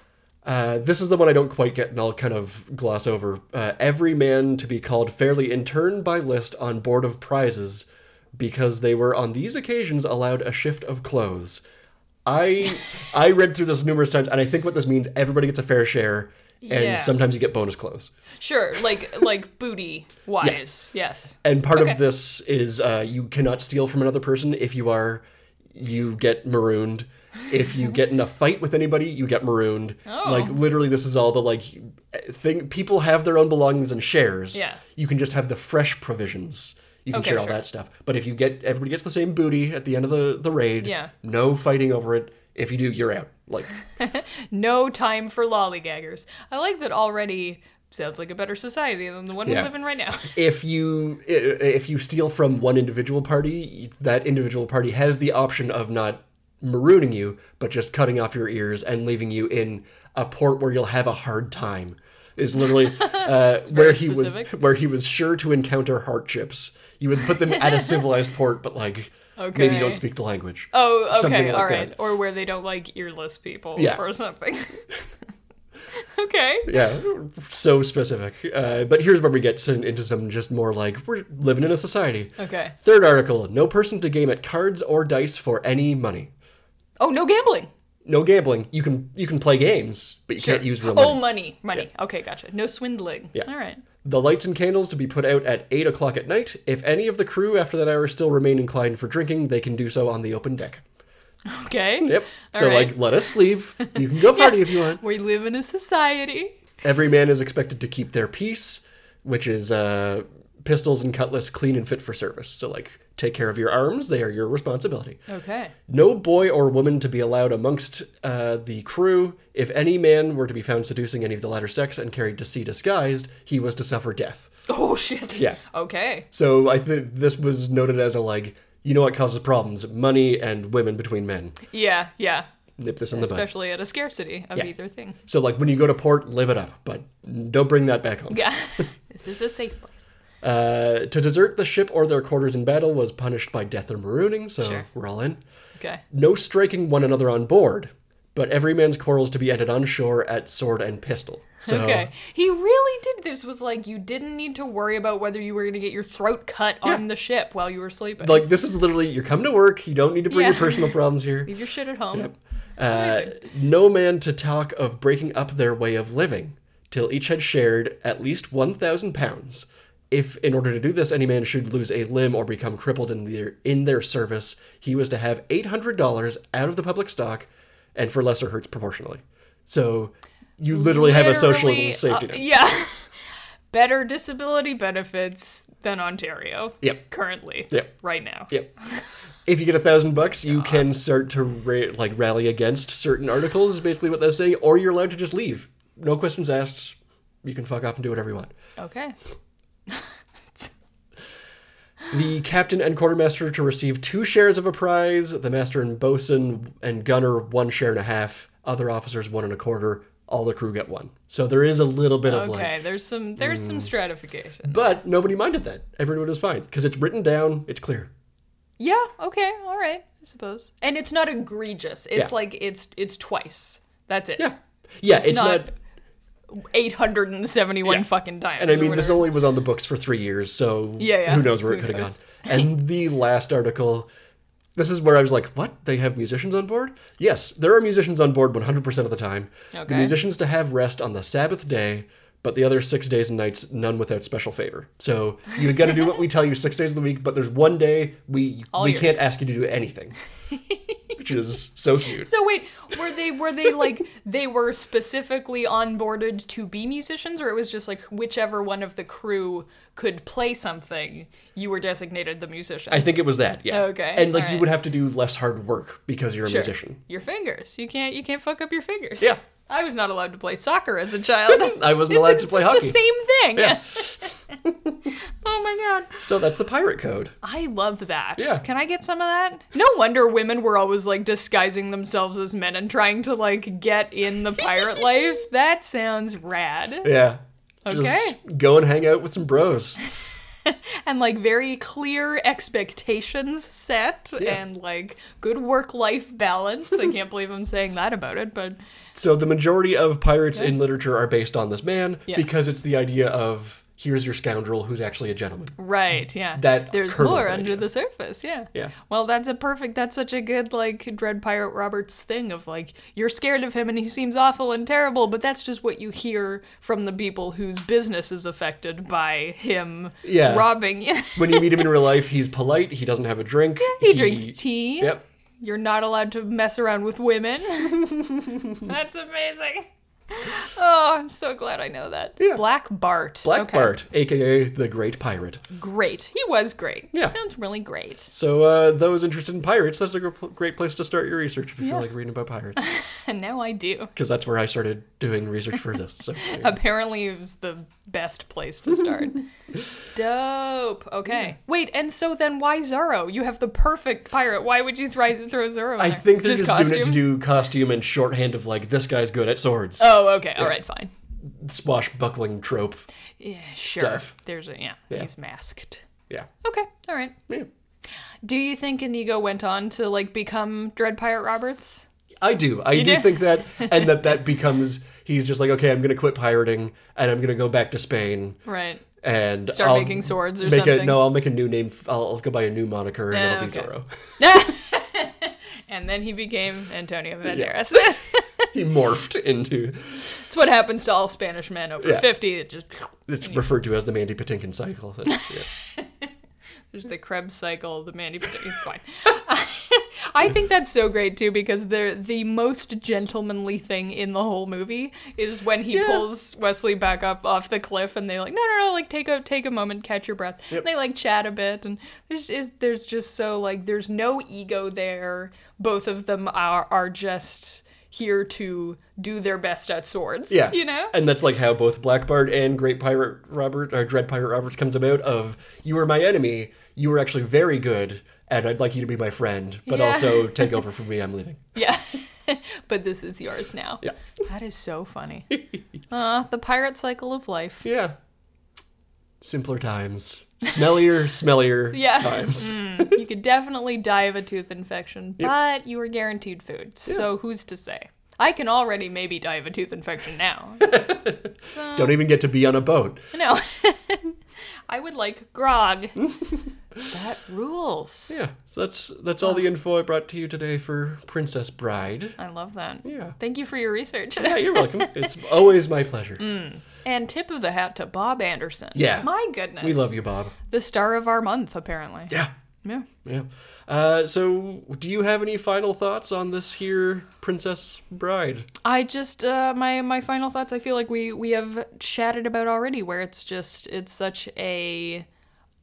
[SPEAKER 1] Uh, this is the one I don't quite get, and I'll kind of gloss over. Uh, every man to be called fairly in turn by list on board of prizes, because they were on these occasions allowed a shift of clothes. I I read through this numerous times, and I think what this means everybody gets a fair share, and
[SPEAKER 2] Yeah.
[SPEAKER 1] sometimes you get bonus clothes.
[SPEAKER 2] Sure. Like like booty wise. Yes.
[SPEAKER 1] And part
[SPEAKER 2] Okay.
[SPEAKER 1] of this is uh, you cannot steal from another person. If you are, you get marooned. If you get in a fight with anybody, you get marooned.
[SPEAKER 2] Oh.
[SPEAKER 1] Like literally, this is all the like thing. People have their own belongings and shares.
[SPEAKER 2] Yeah.
[SPEAKER 1] You can just have the fresh provisions. You can
[SPEAKER 2] Okay,
[SPEAKER 1] share all
[SPEAKER 2] sure.
[SPEAKER 1] that stuff. But if you get everybody gets the same booty at the end of the the raid.
[SPEAKER 2] Yeah.
[SPEAKER 1] No fighting over it. If you do, you're out. Like
[SPEAKER 2] No time for lollygaggers. I like that already. Sounds like a better society than the one
[SPEAKER 1] Yeah.
[SPEAKER 2] we live in right now.
[SPEAKER 1] if you i- if you steal from one individual party, that individual party has the option of not marooning you, but just cutting off your ears and leaving you in a port where you'll have a hard time. Is literally uh, where he
[SPEAKER 2] specific.
[SPEAKER 1] was where he was sure to encounter hardships. You would put them at a civilized port, but like maybe you
[SPEAKER 2] Okay.
[SPEAKER 1] don't speak the language.
[SPEAKER 2] Oh, okay,
[SPEAKER 1] Something like
[SPEAKER 2] all right.
[SPEAKER 1] that.
[SPEAKER 2] Or where they don't like earless people
[SPEAKER 1] Yeah.
[SPEAKER 2] or something. okay.
[SPEAKER 1] Yeah, so specific. Uh, but here's where we get some, into some just more like we're living in a society.
[SPEAKER 2] Okay.
[SPEAKER 1] Third article no person to game at cards or dice for any money.
[SPEAKER 2] Oh, no gambling.
[SPEAKER 1] No gambling. You can you can play games, but you can't use real money.
[SPEAKER 2] Oh, money. Money. Okay, gotcha. No swindling.
[SPEAKER 1] Yeah.
[SPEAKER 2] All right.
[SPEAKER 1] the lights and candles to be put out at eight o'clock at night. If any of the crew after that hour still remain inclined for drinking, they can do so on the open deck.
[SPEAKER 2] Okay.
[SPEAKER 1] Yep.
[SPEAKER 2] All
[SPEAKER 1] so
[SPEAKER 2] right.
[SPEAKER 1] like, let us leave. You can go party if you want.
[SPEAKER 2] We live in a society.
[SPEAKER 1] Every man is expected to keep their peace, which is uh, pistols and cutlass clean and fit for service. So like, take care of your arms; they are your responsibility.
[SPEAKER 2] Okay.
[SPEAKER 1] No boy or woman to be allowed amongst uh, the crew. If any man were to be found seducing any of the latter sex and carried to sea disguised, he was to suffer death.
[SPEAKER 2] Oh, shit.
[SPEAKER 1] Yeah.
[SPEAKER 2] Okay.
[SPEAKER 1] So I think this was noted as a like, you know what causes problems? Money and women between men.
[SPEAKER 2] Yeah, yeah.
[SPEAKER 1] Nip this in the bud.
[SPEAKER 2] Especially at a scarcity of
[SPEAKER 1] Yeah.
[SPEAKER 2] either thing.
[SPEAKER 1] So like when you go to port, live it up, but don't bring that back home.
[SPEAKER 2] Yeah. this is a safe place.
[SPEAKER 1] Uh, to desert the ship or their quarters in battle was punished by death or marooning. So
[SPEAKER 2] Sure.
[SPEAKER 1] we're all in.
[SPEAKER 2] Okay.
[SPEAKER 1] No striking one another on board, but every man's quarrels to be ended on shore at sword and pistol. So
[SPEAKER 2] Okay. He really did. This was like you didn't need to worry about whether you were going to get your throat cut on the ship while you were sleeping.
[SPEAKER 1] like this is literally you're coming to work you don't need to bring your
[SPEAKER 2] Yeah.
[SPEAKER 1] personal problems here
[SPEAKER 2] Leave your shit at home.
[SPEAKER 1] uh, no man to talk of breaking up their way of living till each had shared at least 1000 pounds if in order to do this any man should lose a limb or become crippled in their in their service he was to have $800 out of the public stock and for lesser hurts proportionally so you literally, have a social
[SPEAKER 2] Literally,
[SPEAKER 1] safety
[SPEAKER 2] uh,
[SPEAKER 1] net
[SPEAKER 2] yeah. Better disability benefits than Ontario.
[SPEAKER 1] Yep.
[SPEAKER 2] Currently.
[SPEAKER 1] Yep.
[SPEAKER 2] Right now.
[SPEAKER 1] Yep. If you get a thousand bucks, you can start to ra- like rally against certain articles. Is basically what they're saying, or you're allowed to just leave, no questions asked. You can fuck off and do whatever you want.
[SPEAKER 2] Okay.
[SPEAKER 1] The captain and quartermaster to receive two shares of a prize. The master and bosun and gunner one share and a half. Other officers one and a quarter. All the crew get one. So there is a little bit of
[SPEAKER 2] Okay.
[SPEAKER 1] like, mm.
[SPEAKER 2] There's some there's some stratification.
[SPEAKER 1] but nobody minded that. Everyone was fine because it's written down. It's clear.
[SPEAKER 2] Yeah, okay, all right, I suppose. And it's not egregious. It's
[SPEAKER 1] Yeah.
[SPEAKER 2] like it's it's twice. That's it.
[SPEAKER 1] Yeah, yeah. It's,
[SPEAKER 2] not-
[SPEAKER 1] not
[SPEAKER 2] Eight hundred and seventy one
[SPEAKER 1] Yeah.
[SPEAKER 2] fucking times.
[SPEAKER 1] And I
[SPEAKER 2] or
[SPEAKER 1] mean, this
[SPEAKER 2] whatever.
[SPEAKER 1] only was on the books for three years, so
[SPEAKER 2] Yeah, yeah.
[SPEAKER 1] who knows where it
[SPEAKER 2] Who
[SPEAKER 1] could have gone.
[SPEAKER 2] knows?
[SPEAKER 1] And the last article This is where I was like, what? They have musicians on board? Yes, there are musicians on board 100% of the time. The
[SPEAKER 2] Okay.
[SPEAKER 1] musicians to have rest on the Sabbath day, but the other six days and nights, none without special favor. So you got to do what we tell you six days of the week, but there's one day we we
[SPEAKER 2] yours.
[SPEAKER 1] can't ask you to do anything, which is so cute.
[SPEAKER 2] So wait, were they were they like they were specifically onboarded to be musicians, or it was just like whichever one of the crew could play something, you were designated the musician.
[SPEAKER 1] I think it was that, yeah.
[SPEAKER 2] Okay,
[SPEAKER 1] And like you
[SPEAKER 2] alright.
[SPEAKER 1] would have to do less hard work because you're a musician.
[SPEAKER 2] Your fingers. You can't you can't fuck up your fingers.
[SPEAKER 1] Yeah.
[SPEAKER 2] I was not allowed to play soccer as a child.
[SPEAKER 1] I wasn't
[SPEAKER 2] It's
[SPEAKER 1] allowed
[SPEAKER 2] ex-
[SPEAKER 1] to play
[SPEAKER 2] it's
[SPEAKER 1] hockey.
[SPEAKER 2] The same thing.
[SPEAKER 1] Yeah.
[SPEAKER 2] oh my god.
[SPEAKER 1] So that's the pirate code.
[SPEAKER 2] I love that.
[SPEAKER 1] Yeah.
[SPEAKER 2] Can I get some of that? No wonder women were always like disguising themselves as men and trying to like get in the pirate life. That sounds rad.
[SPEAKER 1] Yeah.
[SPEAKER 2] Okay.
[SPEAKER 1] Just go and hang out with some bros.
[SPEAKER 2] And like very clear expectations set and like good work life balance. I can't believe I'm saying that about it, but
[SPEAKER 1] So the majority of pirates in literature are based on this man
[SPEAKER 2] Yes.
[SPEAKER 1] because it's the idea of here's your scoundrel who's actually a gentleman.
[SPEAKER 2] Right, yeah.
[SPEAKER 1] That
[SPEAKER 2] There's
[SPEAKER 1] kernel
[SPEAKER 2] more
[SPEAKER 1] of an
[SPEAKER 2] under
[SPEAKER 1] idea.
[SPEAKER 2] the surface, yeah.
[SPEAKER 1] Yeah.
[SPEAKER 2] Well, that's a perfect that's such a good like Dread Pirate Roberts thing of like you're scared of him and he seems awful and terrible, but that's just what you hear from the people whose business is affected by him
[SPEAKER 1] Yeah.
[SPEAKER 2] robbing you.
[SPEAKER 1] When you meet him in real life, he's polite. He doesn't have a drink.
[SPEAKER 2] he drinks tea.
[SPEAKER 1] Yep.
[SPEAKER 2] You're not allowed to mess around with women. that's amazing. Oh, I'm so glad I know that.
[SPEAKER 1] Yeah.
[SPEAKER 2] Black Bart.
[SPEAKER 1] Black
[SPEAKER 2] Okay.
[SPEAKER 1] Bart, aka the Great Pirate.
[SPEAKER 2] Great. He was great.
[SPEAKER 1] Yeah.
[SPEAKER 2] Sounds really great.
[SPEAKER 1] So uh, those interested in pirates, that's a gr- great place to start your research if you feel like reading about pirates,
[SPEAKER 2] And now I do.
[SPEAKER 1] because that's where I started doing research for this. So there you go.
[SPEAKER 2] Apparently, it was the best place to start. Dope. Okay. Wait, and so then why Zorro? You have the perfect pirate. Why would you thri- throw Zorro in
[SPEAKER 1] I
[SPEAKER 2] there?
[SPEAKER 1] think they're just, doing it to
[SPEAKER 2] costume?
[SPEAKER 1] do costume and shorthand of like this guy's good at swords,
[SPEAKER 2] Oh, okay. All right, fine.
[SPEAKER 1] swashbuckling trope.
[SPEAKER 2] Yeah, sure.
[SPEAKER 1] Stuff.
[SPEAKER 2] There's a, yeah, he's masked.
[SPEAKER 1] Yeah.
[SPEAKER 2] Okay, all right.
[SPEAKER 1] yeah.
[SPEAKER 2] Do you think Inigo went on to, like, become Dread Pirate Roberts?
[SPEAKER 1] I do. I do
[SPEAKER 2] do?
[SPEAKER 1] think that, and that that becomes he's just like, okay, I'm gonna quit pirating and I'm gonna go back to Spain
[SPEAKER 2] Right.
[SPEAKER 1] and
[SPEAKER 2] Start
[SPEAKER 1] I'll
[SPEAKER 2] making swords or
[SPEAKER 1] make a-
[SPEAKER 2] something?
[SPEAKER 1] no, I'll make a new name. I'll, I'll go by a new moniker and
[SPEAKER 2] Ah,
[SPEAKER 1] it'll be
[SPEAKER 2] okay.
[SPEAKER 1] Zorro.
[SPEAKER 2] And then he became Antonio Banderas.
[SPEAKER 1] He morphed into
[SPEAKER 2] it's what happens to all Spanish men over
[SPEAKER 1] Yeah.
[SPEAKER 2] 50. It just,
[SPEAKER 1] it's referred to as the Mandy Patinkin cycle. That's, yeah.
[SPEAKER 2] There's the Krebs cycle, the Mandy. Patinkin- It's fine. I think that's so great too because they're the most gentlemanly thing in the whole movie is when he pulls Wesley back up off the cliff and they like no no no like take a take a moment catch your breath and they like chat a bit and there's is there's just so like there's no ego there both of them are are just here to do their best at swords
[SPEAKER 1] Yeah. Uh,
[SPEAKER 2] you know
[SPEAKER 1] And that's like how both Black Bart and Great Pirate Robert or Dread Pirate Roberts comes about of you were my enemy, you were actually very good, and I'd like you to be my friend, but
[SPEAKER 2] Yeah.
[SPEAKER 1] also take over from me, I'm leaving.
[SPEAKER 2] Yeah. but this is yours now.
[SPEAKER 1] Yeah.
[SPEAKER 2] That is so funny. uh, the pirate cycle of life.
[SPEAKER 1] Yeah. Simpler times. Smellier, smellier
[SPEAKER 2] Yeah. Mm.
[SPEAKER 1] times.
[SPEAKER 2] You could definitely die of a tooth infection, but you were guaranteed food. So who's to say? I can already maybe die of a tooth infection now.
[SPEAKER 1] Don't even get to be on a boat.
[SPEAKER 2] no. I would like grog. that rules.
[SPEAKER 1] Yeah. So that's that's all the info I brought to you today for Princess Bride.
[SPEAKER 2] I love that.
[SPEAKER 1] Yeah.
[SPEAKER 2] Thank you for your research.
[SPEAKER 1] Yeah, you're welcome. it's always my pleasure.
[SPEAKER 2] Mm, and tip of the hat to Bob Anderson.
[SPEAKER 1] Yeah.
[SPEAKER 2] My goodness.
[SPEAKER 1] We love you, Bob.
[SPEAKER 2] The star of our month, apparently.
[SPEAKER 1] Yeah.
[SPEAKER 2] Yeah.
[SPEAKER 1] Yeah. Uh, so, do you have any final thoughts on this here Princess Bride?
[SPEAKER 2] I just uh, my my final thoughts. I feel like we we have chatted about already, where it's just it's such a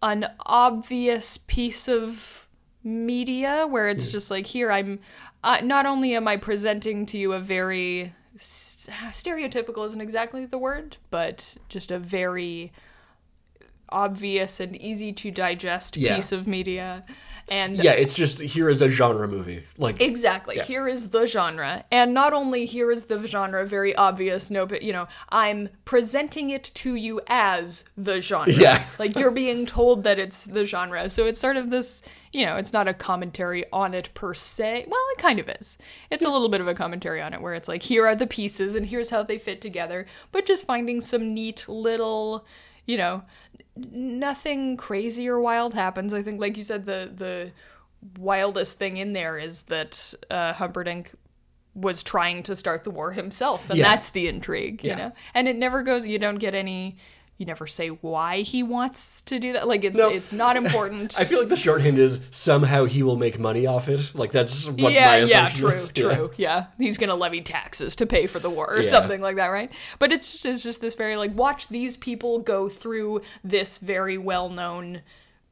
[SPEAKER 2] an obvious piece of media where it's
[SPEAKER 1] Hmm.
[SPEAKER 2] just like here I'm uh, not only am I presenting to you a very s- stereotypical isn't exactly the word, but just a very obvious and easy to digest
[SPEAKER 1] Yeah.
[SPEAKER 2] piece of media, and
[SPEAKER 1] Yeah, it's just here is a genre movie. Like,
[SPEAKER 2] Exactly. Here is the genre. And not only here is the genre very obvious, no, but you know, I'm presenting it to you as the genre.
[SPEAKER 1] Yeah.
[SPEAKER 2] like you're being told that it's the genre. So it's sort of this, you know, it's not a commentary on it per se. Well, it kind of is. It's a little bit of a commentary on it where it's like, here are the pieces and here's how they fit together, but just finding some neat little, you know, nothing crazy or wild happens. I think, like you said, the, the, wildest thing in there is that uh, Humperdinck was trying to start the war himself, and
[SPEAKER 1] Yeah.
[SPEAKER 2] that's the intrigue,
[SPEAKER 1] Yeah.
[SPEAKER 2] you know. And it never goes. You don't get any. You never say why he wants to do that. Like it's
[SPEAKER 1] No.
[SPEAKER 2] it's not important.
[SPEAKER 1] I feel like the shorthand is somehow he will make money off it. Like that's what my
[SPEAKER 2] yeah, yeah,
[SPEAKER 1] assumption
[SPEAKER 2] true,
[SPEAKER 1] is.
[SPEAKER 2] true. Yeah. he's gonna levy taxes to pay for the war or
[SPEAKER 1] Yeah.
[SPEAKER 2] something like that, right? But it's just, it's just this very like watch these people go through this very well known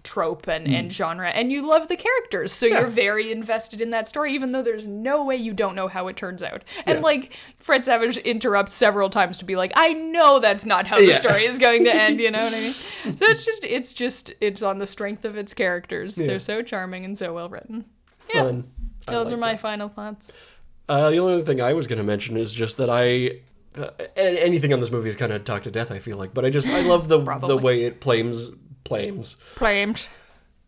[SPEAKER 2] trope and,
[SPEAKER 1] Mm.
[SPEAKER 2] and genre, and you love the characters, so you're very invested in that story, even though there's no way you don't know how it turns out. And
[SPEAKER 1] Yeah.
[SPEAKER 2] like Fred Savage interrupts several times to be like, "I know that's not how the
[SPEAKER 1] Yeah.
[SPEAKER 2] story is going to end," you know what I mean? So it's just it's just it's on the strength of its characters. They're so charming and so well written.
[SPEAKER 1] Yeah. Fun. I
[SPEAKER 2] Those
[SPEAKER 1] like
[SPEAKER 2] are my
[SPEAKER 1] that.
[SPEAKER 2] final thoughts.
[SPEAKER 1] Uh, the only other thing I was going to mention is just that I. Uh, and anything on this movie is kind of talked to death, I feel like. But I just. I love the the
[SPEAKER 2] Probably.
[SPEAKER 1] way it plays. Plays.
[SPEAKER 2] Claimed.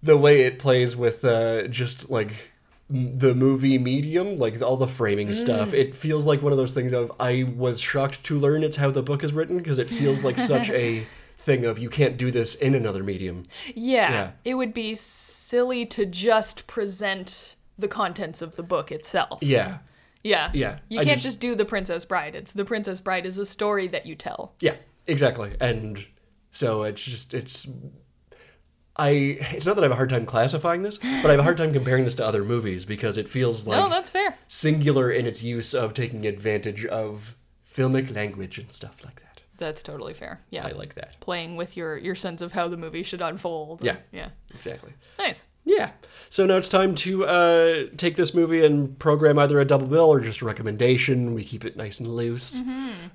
[SPEAKER 1] The way it plays with uh, just like m- the movie medium like all the framing stuff it feels like one of those things of i was shocked to learn it's how the book is written because it feels like such a thing of you can't do this in another medium
[SPEAKER 2] Yeah,
[SPEAKER 1] Yeah.
[SPEAKER 2] It would be silly to just present the contents of the book itself.
[SPEAKER 1] yeah
[SPEAKER 2] Yeah.
[SPEAKER 1] Yeah,
[SPEAKER 2] You
[SPEAKER 1] I
[SPEAKER 2] can't
[SPEAKER 1] just-
[SPEAKER 2] just... do The Princess Bride. It's The Princess Bride is a story that you tell.
[SPEAKER 1] Yeah, exactly. And so it's just it's I it's not that I have a hard time classifying this, but I have a hard time comparing this to other movies because it feels like
[SPEAKER 2] oh, that's fair.
[SPEAKER 1] singular in its use of taking advantage of filmic language and stuff like that.
[SPEAKER 2] That's totally fair. Yeah.
[SPEAKER 1] I like that.
[SPEAKER 2] Playing with your, your sense of how the movie should unfold.
[SPEAKER 1] Yeah.
[SPEAKER 2] Yeah.
[SPEAKER 1] Exactly.
[SPEAKER 2] Nice.
[SPEAKER 1] Yeah. So now it's time to uh, take this movie and program either a double bill or just a recommendation. We keep it nice and loose.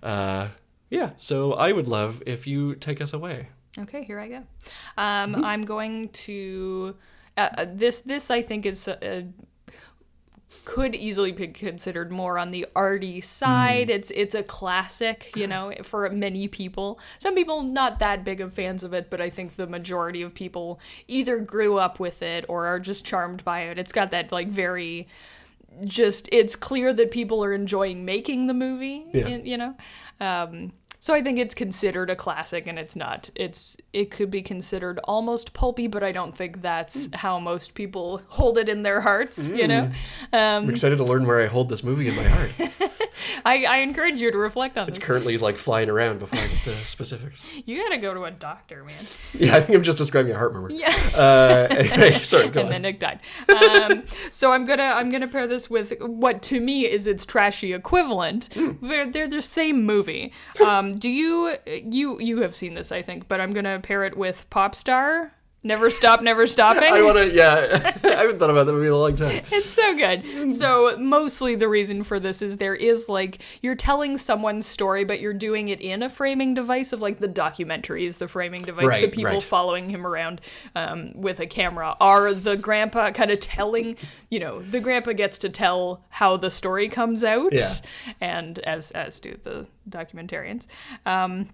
[SPEAKER 1] Uh, yeah. So I would love if you take us away.
[SPEAKER 2] Okay, here I go. Um,
[SPEAKER 1] Mm-hmm.
[SPEAKER 2] I'm going to uh, uh, this. This I think is uh, could easily be considered more on the arty side. It's it's a classic, you know, for many people. Some people not that big of fans of it, but I think the majority of people either grew up with it or are just charmed by it. It's got that like very just it's clear that people are enjoying making the movie
[SPEAKER 1] Yeah.
[SPEAKER 2] y- you know um, so i think it's considered a classic and it's not it's it could be considered almost pulpy but i don't think that's how most people hold it in their hearts you know
[SPEAKER 1] I'm excited to learn where I hold this movie in my heart.
[SPEAKER 2] I, I encourage you to reflect on
[SPEAKER 1] It's
[SPEAKER 2] this
[SPEAKER 1] currently like flying around before I get the specifics.
[SPEAKER 2] you gotta go to a doctor man
[SPEAKER 1] Yeah, I think I'm just describing a heart murmur. Yeah. Uh, anyway, sorry, go
[SPEAKER 2] and then
[SPEAKER 1] on.
[SPEAKER 2] Nick died. Um, so I'm gonna I'm gonna pair this with what to me is its trashy equivalent.
[SPEAKER 1] Hmm.
[SPEAKER 2] They're they're the same movie. Um, do you you you have seen this I think, but I'm gonna pair it with Popstar. Never stop, never stopping.
[SPEAKER 1] I want to, yeah. I haven't thought about that movie in a long time.
[SPEAKER 2] It's so
[SPEAKER 1] Hmm.
[SPEAKER 2] good. So mostly the reason for this is there is like you're telling someone's story, but you're doing it in a framing device of like the documentary is the framing device. the
[SPEAKER 1] Right,
[SPEAKER 2] people
[SPEAKER 1] right.
[SPEAKER 2] following him around um, with a camera are the grandpa kind of telling. You know, the grandpa gets to tell how the story comes out,
[SPEAKER 1] Yeah.
[SPEAKER 2] and as as do the documentarians. Um,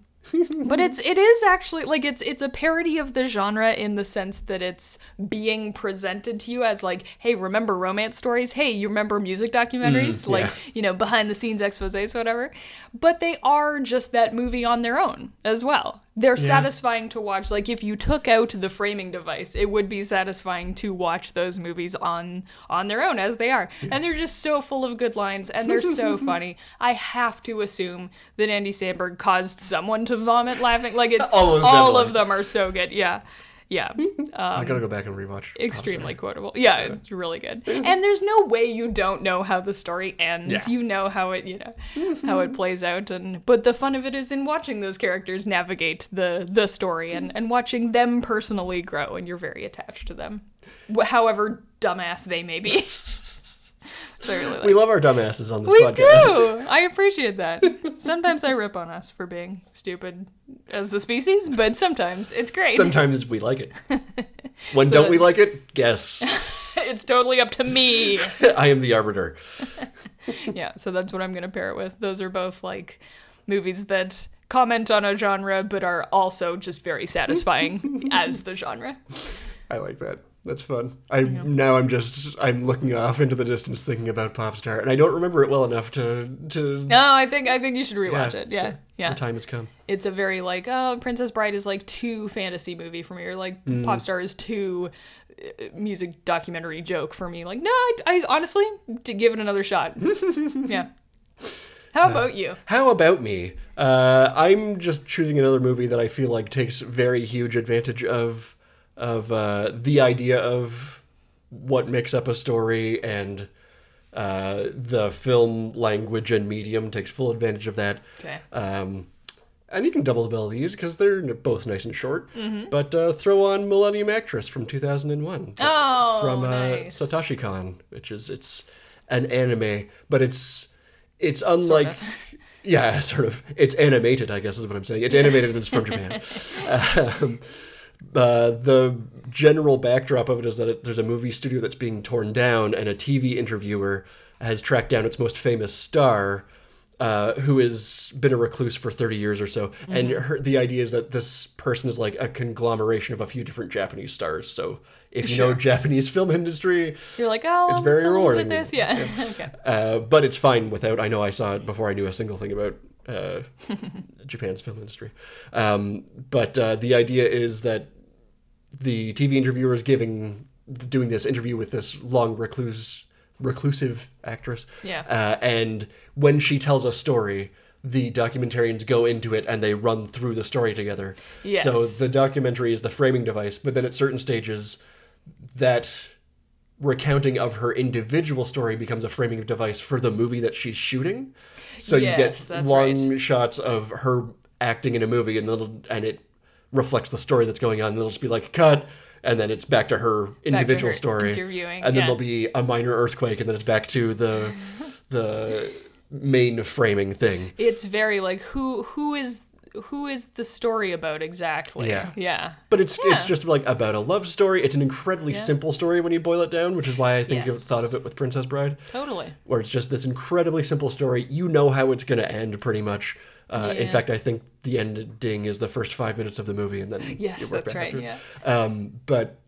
[SPEAKER 2] but it's it is actually like it's it's a parody of the genre in the sense that it's being presented to you as like hey remember romance stories hey you remember music documentaries like you know behind the scenes exposés whatever but they are just that movie on their own as well they're satisfying to watch like if you took out the framing device it would be satisfying to watch those movies on on their own as they are and they're just so full of good lines and they're so funny i have to assume that andy samberg caused someone to vomit laughing like it's all
[SPEAKER 1] Almost
[SPEAKER 2] of
[SPEAKER 1] definitely.
[SPEAKER 2] them are so good yeah yeah
[SPEAKER 1] I gotta go back and rewatch.
[SPEAKER 2] um, extremely quotable. Yeah, it's really good. And there's no way you don't know how the story ends.
[SPEAKER 1] Yeah.
[SPEAKER 2] You know how it, you know, how it plays out and but the fun of it is in watching those characters navigate the the story and and watching them personally grow and you're very attached to them. Wh- However dumbass they may be. So I really like
[SPEAKER 1] We love our dumbasses on this
[SPEAKER 2] we
[SPEAKER 1] podcast.
[SPEAKER 2] do. I appreciate that. Sometimes I rip on us for being stupid as a species, but sometimes it's great.
[SPEAKER 1] Sometimes we like it. When don't
[SPEAKER 2] that-
[SPEAKER 1] we like it? Guess.
[SPEAKER 2] It's totally up to me.
[SPEAKER 1] I am the arbiter.
[SPEAKER 2] yeah, so that's what I'm gonna pair it with. Those are both like movies that comment on a genre but are also just very satisfying as the genre.
[SPEAKER 1] I like that. That's fun. I now I'm just I'm looking off into the distance thinking about Popstar, and I don't remember it well enough to to
[SPEAKER 2] No, I think I think you should rewatch
[SPEAKER 1] Yeah,
[SPEAKER 2] it. Yeah,
[SPEAKER 1] sure.
[SPEAKER 2] yeah.
[SPEAKER 1] The time has come.
[SPEAKER 2] It's a very like oh, Princess Bride is like too fantasy movie for me, or like
[SPEAKER 1] Mm.
[SPEAKER 2] Popstar is too uh, music documentary joke for me. Like no, I, I honestly to give it another shot. yeah. How about you?
[SPEAKER 1] How about me? Uh, I'm just choosing another movie that I feel like takes very huge advantage of of uh, the idea of what makes up a story and uh, the film language and medium takes full advantage of that.
[SPEAKER 2] Okay.
[SPEAKER 1] Um, and you can double the bill these because they're n- both nice and short.
[SPEAKER 2] Mm-hmm.
[SPEAKER 1] But uh, throw on Millennium Actress from 2001
[SPEAKER 2] Oh,
[SPEAKER 1] from uh,
[SPEAKER 2] nice.
[SPEAKER 1] Satoshi Kon, which is it's an anime, but it's it's unlike yeah, sort of it's animated. I guess is what I'm saying. It's animated and it's from Japan. um, uh, the general backdrop of it is that it, there's a movie studio that's being torn down, and a TV interviewer has tracked down its most famous star, uh, who has been a recluse for 30 years or so. And her, the idea is that this person is like a conglomeration of a few different Japanese stars. So if you know Japanese film industry,
[SPEAKER 2] You're like oh,
[SPEAKER 1] It's very
[SPEAKER 2] let's have a look at
[SPEAKER 1] rewarding.
[SPEAKER 2] This, yeah. okay.
[SPEAKER 1] uh, but it's fine without. I know I saw it before I knew a single thing about uh, Japan's film industry. Um, but uh, the idea is that the TV interviewer is giving, doing this interview with this long recluse, reclusive actress.
[SPEAKER 2] Yeah.
[SPEAKER 1] Uh, and when she tells a story, the documentarians go into it and they run through the story together. So
[SPEAKER 2] Yes.
[SPEAKER 1] the documentary is the framing device, but then at certain stages, that recounting of her individual story becomes a framing device for the movie that she's shooting. So
[SPEAKER 2] Yes,
[SPEAKER 1] you get
[SPEAKER 2] that's
[SPEAKER 1] long shots of her acting in a movie, and it'll, and it reflects the story that's going on. And it'll just be like cut, and then it's back to her individual
[SPEAKER 2] her
[SPEAKER 1] story,
[SPEAKER 2] interviewing,
[SPEAKER 1] and then
[SPEAKER 2] yeah.
[SPEAKER 1] there'll be a minor earthquake, and then it's back to the the main framing thing.
[SPEAKER 2] It's very like who who is who is the story about exactly?
[SPEAKER 1] Yeah.
[SPEAKER 2] Yeah.
[SPEAKER 1] But it's it's
[SPEAKER 2] Yeah.
[SPEAKER 1] just like about a love story. It's an incredibly simple story when you boil it down, which is why I think you
[SPEAKER 2] Yes.
[SPEAKER 1] thought of it with Princess Bride.
[SPEAKER 2] Totally.
[SPEAKER 1] where it's just this incredibly simple story. You know how it's going to end pretty much. Uh, In
[SPEAKER 2] Yeah.
[SPEAKER 1] fact, I think the ending is the first five minutes of the movie, and then you
[SPEAKER 2] Yes,
[SPEAKER 1] work
[SPEAKER 2] that's
[SPEAKER 1] back
[SPEAKER 2] right.
[SPEAKER 1] after.
[SPEAKER 2] Yeah.
[SPEAKER 1] Um, but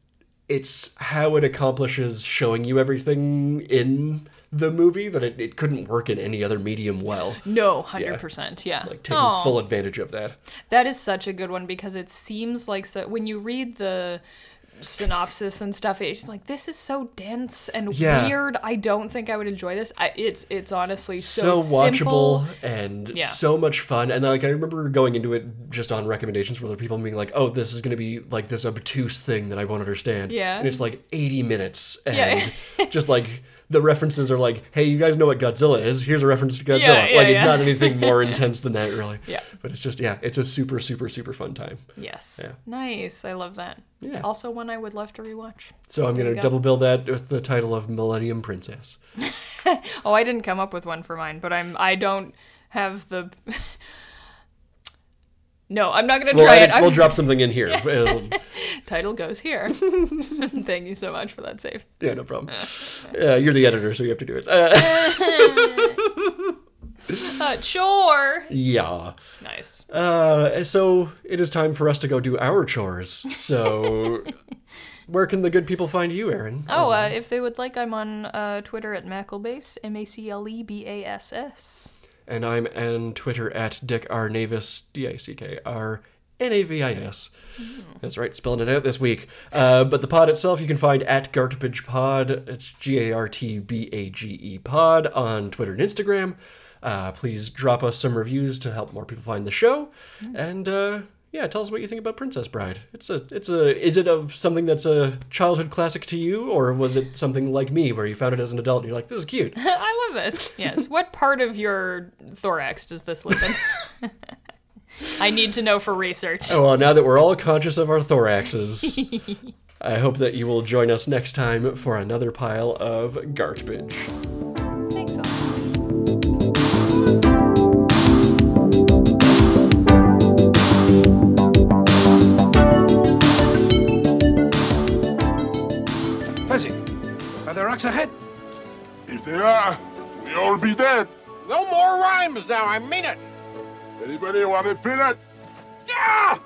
[SPEAKER 1] it's how it accomplishes showing you everything in the movie that it, it couldn't work in any other medium well.
[SPEAKER 2] No, hundred percent. Yeah.
[SPEAKER 1] Like taking
[SPEAKER 2] Aw.
[SPEAKER 1] full advantage of that.
[SPEAKER 2] That is such a good one because it seems like so, when you read the synopsis and stuff, it's just like this is so dense and
[SPEAKER 1] Yeah.
[SPEAKER 2] weird. I don't think I would enjoy this. I, it's it's honestly so,
[SPEAKER 1] so, watchable
[SPEAKER 2] simple.
[SPEAKER 1] and
[SPEAKER 2] Yeah.
[SPEAKER 1] so much fun. And like I remember going into it just on recommendations from other people and being like, "Oh, this is going to be like this obtuse thing that I won't understand."
[SPEAKER 2] Yeah.
[SPEAKER 1] and it's like eighty minutes, and
[SPEAKER 2] Yeah.
[SPEAKER 1] just like the references are like, "Hey, you guys know what Godzilla is? Here's a reference to Godzilla."
[SPEAKER 2] yeah,
[SPEAKER 1] like it's
[SPEAKER 2] yeah.
[SPEAKER 1] not anything more intense than that, really.
[SPEAKER 2] Yeah.
[SPEAKER 1] but it's just yeah, it's a super super super fun time.
[SPEAKER 2] Yes.
[SPEAKER 1] Yeah.
[SPEAKER 2] Nice. I love that.
[SPEAKER 1] Yeah.
[SPEAKER 2] Also, one I would love to rewatch.
[SPEAKER 1] So I'm
[SPEAKER 2] There you
[SPEAKER 1] gonna
[SPEAKER 2] go.
[SPEAKER 1] double bill that with the title of Millennium Princess.
[SPEAKER 2] Oh, I didn't come up with one for mine, but I'm I don't have the. no, I'm not gonna
[SPEAKER 1] We'll,
[SPEAKER 2] try
[SPEAKER 1] add-
[SPEAKER 2] it. I'm-
[SPEAKER 1] we'll drop something in here. It'll-
[SPEAKER 2] Title goes here. Thank you so much for that save.
[SPEAKER 1] Yeah, no problem. Uh, you're the editor, so you have to do it. Uh,
[SPEAKER 2] Uh, sure.
[SPEAKER 1] yeah.
[SPEAKER 2] Nice.
[SPEAKER 1] Uh, so it is time for us to go do our chores. So, where can the good people find you, Aaron?
[SPEAKER 2] Oh, uh, if they would like, I'm on uh, Twitter at Maclebase, M A C L E B A S S.
[SPEAKER 1] And I'm on Twitter at Dick R Navis, D I C K R N A V I S. That's right, spelling it out this week. Uh, but the pod itself you can find at Gartbage Pod. It's G A R T B A G E Pod on Twitter and Instagram. Uh, please drop us some reviews to help more people find the show. And uh, yeah, tell us what you think about Princess Bride. It's a, it's a, is it of something that's a childhood classic to you, or was it something like me where you found it as an adult and you're like, this is cute?
[SPEAKER 2] I love this. Yes. what part of your thorax does this live in? I need to know for research.
[SPEAKER 1] Oh, Well, now that we're all conscious of our thoraxes, I hope that you will join us next time for another pile of garbage.
[SPEAKER 2] Thanks so much.
[SPEAKER 5] Fuzzy, are there rocks ahead?
[SPEAKER 6] If they are, we all be dead.
[SPEAKER 5] No more rhymes now, I mean it.
[SPEAKER 6] Anybody want a peanut? Yeah!